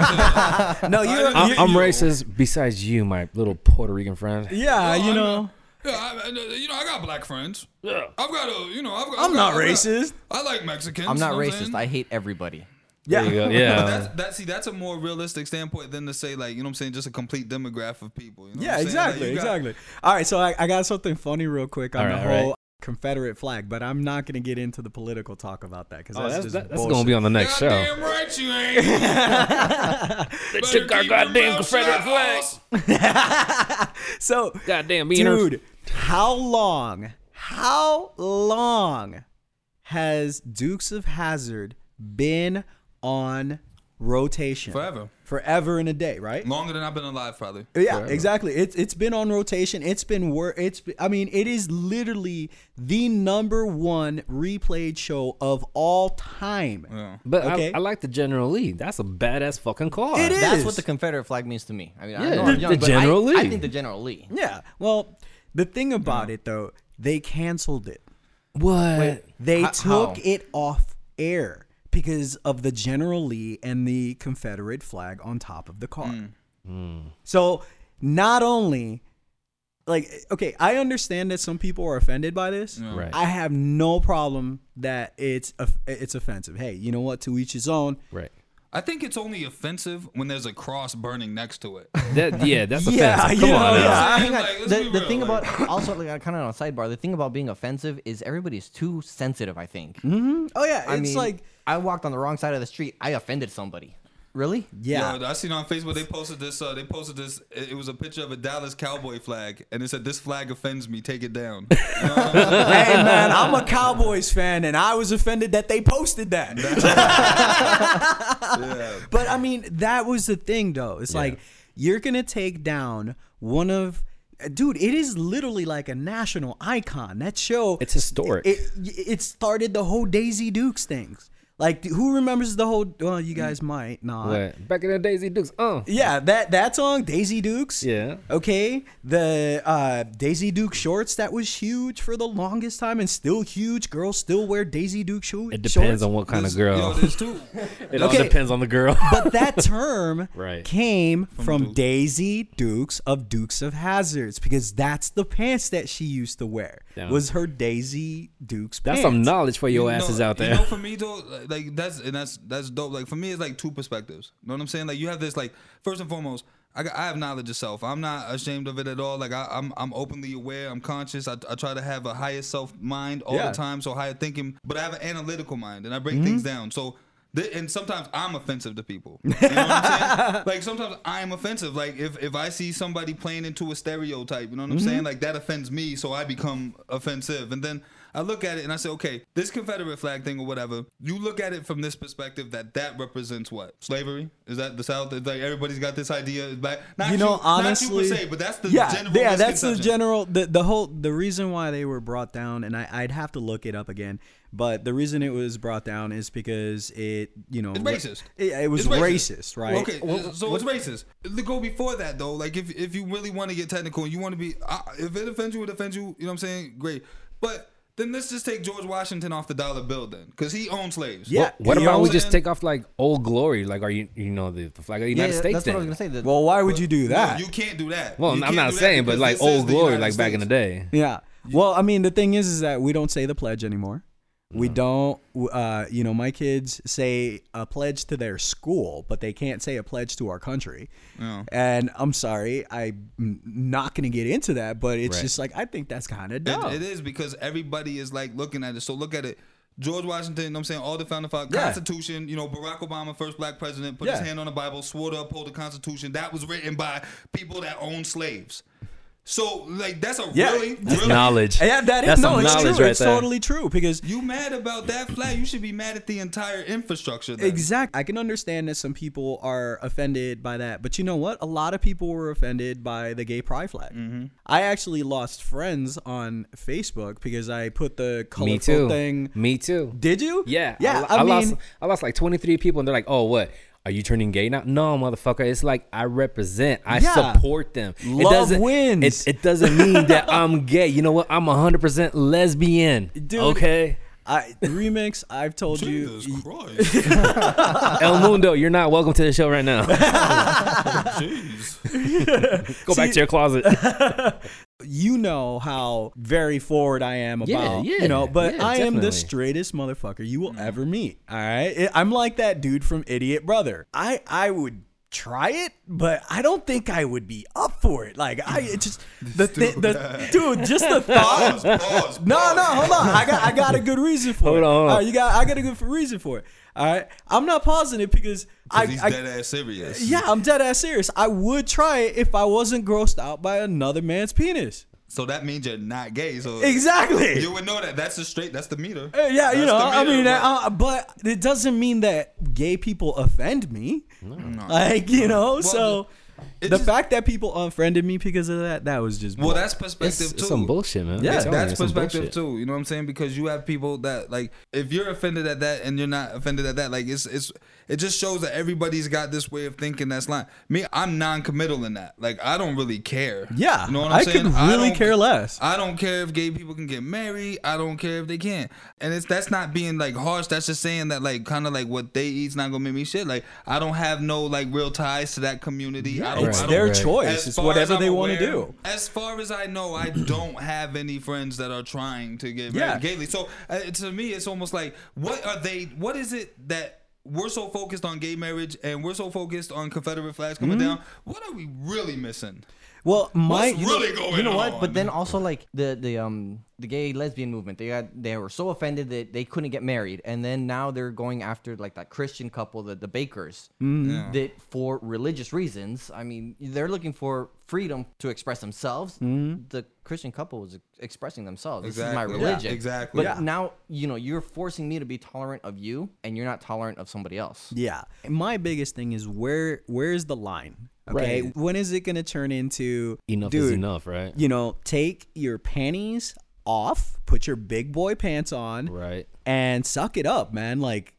Speaker 6: no, you're.
Speaker 4: I-
Speaker 3: I'm,
Speaker 6: you're-
Speaker 3: I'm
Speaker 4: you-
Speaker 3: racist besides you, my little Puerto Rican friend.
Speaker 6: yeah,
Speaker 4: No,
Speaker 6: you
Speaker 4: I'm-
Speaker 6: know.
Speaker 4: Yeah, I, I- you know, I got black friends. Yeah. I've got a, you know, I've got.
Speaker 6: I'm
Speaker 4: I've got-
Speaker 6: not
Speaker 4: I've got-
Speaker 6: racist.
Speaker 4: I like Mexicans.
Speaker 7: I'm not
Speaker 4: you know what
Speaker 7: racist.
Speaker 4: saying?
Speaker 7: I hate everybody.
Speaker 3: There you go.
Speaker 4: But
Speaker 6: Uh,
Speaker 3: Yeah.
Speaker 4: that's, that, see, that's a more realistic standpoint than to say, like, you know what I'm saying, just a complete demographic of people. You know what
Speaker 6: Yeah,
Speaker 4: I'm saying? Like,
Speaker 6: exactly,
Speaker 4: you got-
Speaker 6: exactly. All right, so I, I got something funny real quick on
Speaker 3: All
Speaker 6: the
Speaker 3: right, all
Speaker 6: whole Confederate flag, but I'm not going to get into the political talk about that because
Speaker 3: Oh,
Speaker 6: that's,
Speaker 3: that's
Speaker 6: just
Speaker 3: that- that's
Speaker 6: bullshit.
Speaker 3: gonna be on the next show.
Speaker 4: Goddamn right you ain't.
Speaker 3: They
Speaker 4: Better keep your mouth shut, boss.
Speaker 6: so,
Speaker 3: Goddamn beaners.
Speaker 6: dude, how long? How long has Dukes of Hazard been on rotation?
Speaker 4: Forever.
Speaker 6: Forever and a day, right?
Speaker 4: Longer than I've been alive, probably.
Speaker 6: Yeah, exactly. It's it's been on rotation. It's been wor- it's be- I mean, it is literally the number one replayed show of all time.
Speaker 4: Yeah.
Speaker 3: But
Speaker 6: okay.
Speaker 3: I, I like the General Lee. That's a badass fucking car.
Speaker 6: It is.
Speaker 7: That's what the Confederate flag means to me. I mean,
Speaker 3: Yeah.
Speaker 7: I know
Speaker 3: The-
Speaker 7: I'm young,
Speaker 3: the
Speaker 7: but
Speaker 3: General
Speaker 7: I, I
Speaker 3: Lee.
Speaker 7: think the General Lee.
Speaker 6: Yeah. Well, the thing about it though, they canceled it.
Speaker 3: What?
Speaker 6: They
Speaker 7: Ho-
Speaker 6: took
Speaker 7: how?
Speaker 6: it off air because of the General Lee and the Confederate flag on top of the car. So not only like okay, I understand that some people are offended by this.
Speaker 3: Right.
Speaker 6: I have no problem that it's off- it's offensive. Hey, you know what? To each his own.
Speaker 3: right.
Speaker 4: I think it's only offensive when there's a cross burning next to it.
Speaker 3: That yeah. That's
Speaker 6: Yeah,
Speaker 3: offensive.
Speaker 6: you
Speaker 3: Come on.
Speaker 6: know,
Speaker 3: now.
Speaker 6: yeah.
Speaker 7: Hang on.
Speaker 4: Like, let's be
Speaker 7: the, the
Speaker 4: real,
Speaker 7: thing
Speaker 4: like-
Speaker 7: about also like kind of on a sidebar, the thing about being offensive is everybody's too sensitive. I think.
Speaker 6: Oh yeah,
Speaker 7: I
Speaker 6: it's
Speaker 7: mean,
Speaker 6: like
Speaker 7: I walked on the wrong side of the street. I offended somebody. Really?
Speaker 6: Yeah.
Speaker 4: Yo, I seen on Facebook they posted this. Uh, they posted this. It, it was a picture of a Dallas Cowboy flag, and it said, "This flag offends me. Take it down." You know what I'm saying?
Speaker 6: hey man, I'm a Cowboys fan, and I was offended that they posted that. But I mean, that was the thing, though. It's like you're gonna take down one of, dude. It is literally like a national icon. That show.
Speaker 3: It's historic.
Speaker 6: It it started the whole Daisy Dukes things. Like, who remembers the whole? Well, you guys might not.
Speaker 3: What? Back in the days, he dukes. Uh.
Speaker 6: Yeah, that that song, Daisy Dukes.
Speaker 3: Yeah.
Speaker 6: Okay, the uh, Daisy Duke shorts that was huge for the longest time and still huge. Girls still wear Daisy Duke sho- shorts.
Speaker 3: It depends on what kind of
Speaker 4: This- Yo,
Speaker 3: girl.
Speaker 4: there's two.
Speaker 3: it all
Speaker 6: Okay.
Speaker 3: depends on the girl.
Speaker 6: But that term
Speaker 3: Right.
Speaker 6: came from,
Speaker 4: Duke.
Speaker 6: Daisy Dukes of Dukes of Hazards because that's the pants that she used to wear.
Speaker 3: Yeah.
Speaker 6: Was her Daisy Dukes
Speaker 3: That's
Speaker 6: pants.
Speaker 3: some knowledge for your
Speaker 4: You know-
Speaker 3: asses out there.
Speaker 4: You know, for me though, like- like that's and that's that's dope. Like for me, it's like two perspectives. You know what I'm saying? Like you have this like first and foremost. I, got- I have knowledge of self. I'm not ashamed of it at all. Like I, I'm, I'm openly aware. I'm conscious. I, I try to have a higher self mind all
Speaker 6: Yeah.
Speaker 4: the time. So higher thinking, but I have an analytical mind and I
Speaker 3: Mm-hmm.
Speaker 4: break things down. So, th- and sometimes I'm offensive to people. You know what I'm saying? like sometimes I'm offensive. Like if, if I see somebody playing into a stereotype, you know
Speaker 6: Mm-hmm.
Speaker 4: what I'm saying? Like that offends me, so I become offensive. And then I look at it and I say, okay, this Confederate flag thing or whatever. You look at it from this perspective that that represents what slavery is that the South? It's like everybody's got this idea. It's Black. Not
Speaker 6: you know,
Speaker 4: not
Speaker 6: honestly,
Speaker 4: you per se, but that's the
Speaker 6: yeah,
Speaker 4: general
Speaker 6: yeah, that's the
Speaker 4: misconception.
Speaker 6: general. The, the whole the reason why they were brought down, and I, I'd have to look it up again. But the reason it was brought down is because it, you know,
Speaker 4: It's racist.
Speaker 6: It, it was
Speaker 4: It's
Speaker 6: racist, right?
Speaker 4: Okay, so it's racist. The go before that though, like if if you really want to get technical and you want to be, I if it offends you, it offends you. You know what I'm saying? Great, but then let's just take George Washington off the dollar bill then, because he owned slaves.
Speaker 6: Yeah.
Speaker 3: What
Speaker 6: You know
Speaker 3: about
Speaker 6: what
Speaker 3: we
Speaker 6: I'm
Speaker 3: just
Speaker 4: saying?
Speaker 3: take off like old glory? Like, are you you know the, the flag of the United
Speaker 7: yeah,
Speaker 3: States?
Speaker 7: that's
Speaker 3: then?
Speaker 7: what I was gonna say. The,
Speaker 6: Well, why would you do
Speaker 4: No,
Speaker 6: that?
Speaker 4: you can't do that.
Speaker 3: Well,
Speaker 4: You
Speaker 3: I'm
Speaker 4: can't
Speaker 3: not
Speaker 4: do that
Speaker 3: saying, but
Speaker 4: because
Speaker 3: like
Speaker 4: this is
Speaker 3: old
Speaker 4: the
Speaker 3: glory,
Speaker 4: United
Speaker 3: like back in the
Speaker 4: States.
Speaker 3: day.
Speaker 6: Yeah. Well, I mean, the thing is, is that we don't say the pledge anymore. We don't, uh, you know, my kids say a pledge to their school, but they can't say a pledge to our country.
Speaker 4: Oh.
Speaker 6: And I'm sorry, I'm not going to get into that, but it's
Speaker 3: Right.
Speaker 6: just like, I think that's kind of
Speaker 4: It-
Speaker 6: dumb.
Speaker 4: it is because everybody is like looking at it. So look at it. George Washington, you know what I'm saying, all the founding fathers,
Speaker 6: Yeah.
Speaker 4: Constitution, you know, Barack Obama, first black president, put
Speaker 6: Yeah.
Speaker 4: his hand on the Bible, swore to uphold the Constitution. That was written by people that owned slaves. So, like, that's a
Speaker 6: Yeah.
Speaker 4: really,
Speaker 3: That's
Speaker 4: really.
Speaker 3: knowledge.
Speaker 6: yeah, that is,
Speaker 3: That's
Speaker 6: no,
Speaker 3: some
Speaker 6: it's true.
Speaker 3: knowledge right
Speaker 6: it's
Speaker 3: there.
Speaker 6: totally true because
Speaker 4: You mad about that flag? You should be mad at the entire infrastructure. Then.
Speaker 6: Exactly. I can understand that some people are offended by that, but you know what? A lot of people were offended by the gay pride flag.
Speaker 3: Mm-hmm.
Speaker 6: I actually lost friends on Facebook because I put the colorful
Speaker 3: Me too.
Speaker 6: thing.
Speaker 3: Me too.
Speaker 6: Did you?
Speaker 3: Yeah.
Speaker 6: Yeah.
Speaker 3: lo-
Speaker 6: I, mean,
Speaker 3: lost I lost like 23 people, and they're like, "Oh, what? Are you turning gay now?" No, motherfucker. It's like I represent. I
Speaker 6: Yeah.
Speaker 3: support them. it
Speaker 6: Love
Speaker 3: doesn't,
Speaker 6: wins.
Speaker 3: It, it doesn't mean that I'm gay. You know what? I'm 100 percent lesbian.
Speaker 6: Dude.
Speaker 3: Okay.
Speaker 6: I remix. I've told you.
Speaker 4: Jesus Christ.
Speaker 3: El Mundo, you're not welcome to the show right now.
Speaker 4: Jeez.
Speaker 3: Go back
Speaker 6: See-
Speaker 3: to your closet.
Speaker 6: You know how very forward I am
Speaker 3: Yeah,
Speaker 6: about.
Speaker 3: yeah,
Speaker 6: you know, but
Speaker 3: yeah,
Speaker 6: I am
Speaker 3: definitely. Mm.
Speaker 6: the straightest motherfucker you will ever meet. All right, I- I'm like that dude from Idiot Brother. I I would try it, but I don't think I would be up for it. Like I it just the thi- the dude, just the
Speaker 4: Pause,
Speaker 6: thought.
Speaker 4: pause,
Speaker 6: No,
Speaker 4: pause.
Speaker 6: no, hold on. I got I got a good reason for
Speaker 3: Hold
Speaker 6: it.
Speaker 3: on, hold on.
Speaker 6: All right, you got I got a good reason for it. All right, I'm not pausing it because I,
Speaker 4: 'Cause He's
Speaker 6: I
Speaker 4: dead ass serious.
Speaker 6: yeah, I'm dead ass serious. I would try it if I wasn't grossed out by another man's penis.
Speaker 4: So that means you're not gay. So
Speaker 6: Exactly.
Speaker 4: You would know that. That's the straight. That's the meter.
Speaker 6: Uh, yeah,
Speaker 4: That's
Speaker 6: you know,
Speaker 4: the
Speaker 6: I
Speaker 4: meter,
Speaker 6: mean,
Speaker 4: but-
Speaker 6: uh, but it doesn't mean that gay people offend me. Like, you know, so the
Speaker 4: It just-
Speaker 6: fact that people offended me because of that, that was just
Speaker 4: Well, that's
Speaker 3: It's,
Speaker 4: perspective
Speaker 3: it's
Speaker 4: too.
Speaker 3: some bullshit, man. I'm
Speaker 6: Yeah,
Speaker 3: telling you,
Speaker 4: That's
Speaker 3: it's some
Speaker 4: perspective
Speaker 3: bullshit.
Speaker 4: too. You know what I'm saying? Because you have people that like if you're offended at that and you're not offended at that, like it's it's it just shows that everybody's got this way of thinking that's not me. I'm non-committal in that. Like I don't really care.
Speaker 6: Yeah,
Speaker 4: you know what I'm
Speaker 6: I
Speaker 4: saying?
Speaker 6: could really
Speaker 4: don't-
Speaker 6: care less.
Speaker 4: I don't care if gay people can get married. I don't care if they can't. And it's that's not being like harsh. That's just saying that like kind of like what they eat's not gonna make me shit. Like I don't have no like real ties to that community. I don't,
Speaker 6: it's
Speaker 4: I don't
Speaker 6: their
Speaker 3: right.
Speaker 6: choice.
Speaker 4: as
Speaker 6: It's
Speaker 4: far
Speaker 6: whatever
Speaker 4: as
Speaker 6: they
Speaker 4: I'm
Speaker 6: want to
Speaker 4: aware-
Speaker 6: do.
Speaker 4: As far as I know, I don't have any friends that are trying to get
Speaker 6: Yeah.
Speaker 4: married gaily. So uh, to me, it's almost like, what are they? What is it that we're so
Speaker 7: Mm-hmm.
Speaker 4: focused on gay marriage and we're so focused on Confederate flags coming down? What are we really missing?
Speaker 6: Well, my
Speaker 4: What's really going on?
Speaker 7: you know what? But then also like the the um the gay lesbian movement. They got they were so offended that they couldn't get married, and then now they're going after like that Christian couple, the the Bakers,
Speaker 4: Yeah.
Speaker 7: that for religious reasons. I mean, they're looking for freedom to express themselves. The Christian couple was expressing themselves. This
Speaker 4: Mm-hmm. Exactly.
Speaker 7: is
Speaker 4: Yeah,
Speaker 7: my religion.
Speaker 4: exactly.
Speaker 7: But
Speaker 4: Yeah.
Speaker 7: now you know you're forcing me to be tolerant of you, and you're not tolerant of somebody else.
Speaker 6: Yeah. My biggest thing is where where is the line? Okay.
Speaker 3: Right.
Speaker 6: When is it gonna turn into
Speaker 3: Enough is
Speaker 6: dude,
Speaker 3: enough, right?
Speaker 6: You know, take your panties off, put your big boy pants on,
Speaker 3: Right.
Speaker 6: and suck it up, man. Like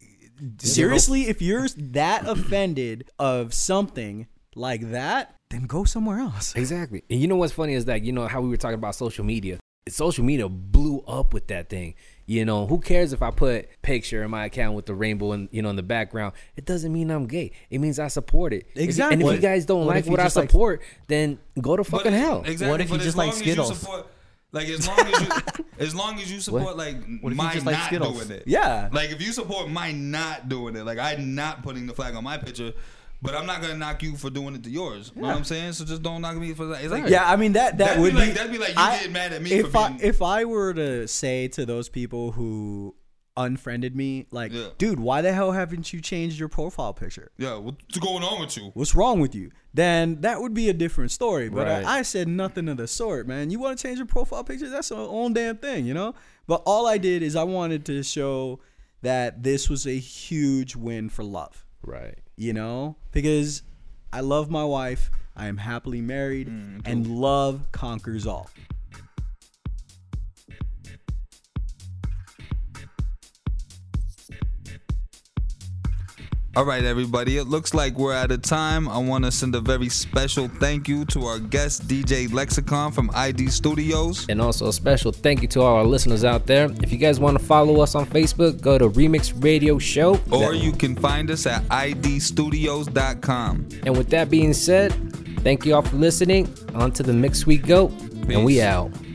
Speaker 6: seriously, if you're that offended of something like that, then go somewhere else.
Speaker 3: Exactly. And you know what's funny is that, you know, how we were talking about social media. Social media blew up with that thing. You know, who cares if I put picture in my account with the rainbow and you know in the background? It doesn't mean I'm gay. It means I support it. If you- And if
Speaker 6: Exactly.
Speaker 3: you guys don't
Speaker 7: What
Speaker 3: like
Speaker 7: if you
Speaker 3: what I
Speaker 7: just, like-
Speaker 3: support, then go to
Speaker 4: But
Speaker 3: fucking
Speaker 4: it-
Speaker 3: hell.
Speaker 4: Exactly.
Speaker 7: What if
Speaker 4: but
Speaker 7: you
Speaker 4: as
Speaker 7: just like
Speaker 4: long as you
Speaker 7: Skittles?
Speaker 4: support- Like as long as you, as long as you support like
Speaker 7: What if you
Speaker 4: my
Speaker 7: just like
Speaker 4: not
Speaker 7: Skittles?
Speaker 4: doing it.
Speaker 6: Yeah.
Speaker 4: Like if you support my not doing it, like I not putting the flag on my picture, but I'm not gonna knock you for doing it to yours. You know what I'm saying? So just don't knock me for that. It's like
Speaker 6: Yeah, I mean that
Speaker 4: That'd
Speaker 6: that
Speaker 4: be
Speaker 6: would
Speaker 4: like- that'd be like you getting mad at me
Speaker 6: If
Speaker 4: for
Speaker 6: I
Speaker 4: being-
Speaker 6: if I were to say to those people who unfriended me, like,
Speaker 4: Yeah.
Speaker 6: dude, why the hell haven't you changed your profile picture?
Speaker 4: Yeah, what's going on with you?
Speaker 6: What's wrong with you? Then that would be a different story. But
Speaker 3: Right.
Speaker 6: I, I said nothing of the sort, man. You want to change your profile picture? That's your own damn thing, you know. But all I did is I wanted to show that this was a huge win for love
Speaker 3: Right.
Speaker 6: you know because i love my wife i am happily married and love conquers all
Speaker 4: All right, everybody. It looks like we're out of time. I want to send a very special thank you to our guest DJ Lexicon from ID Studios.
Speaker 3: And also a special thank you to all our listeners out there. If you guys want to follow us on Facebook, go to Remix Radio Show.
Speaker 4: Or you can find us at idstudios.com.
Speaker 3: And with that being said, thank you all for listening. On to the mix we go. And we
Speaker 4: Peace.
Speaker 3: out.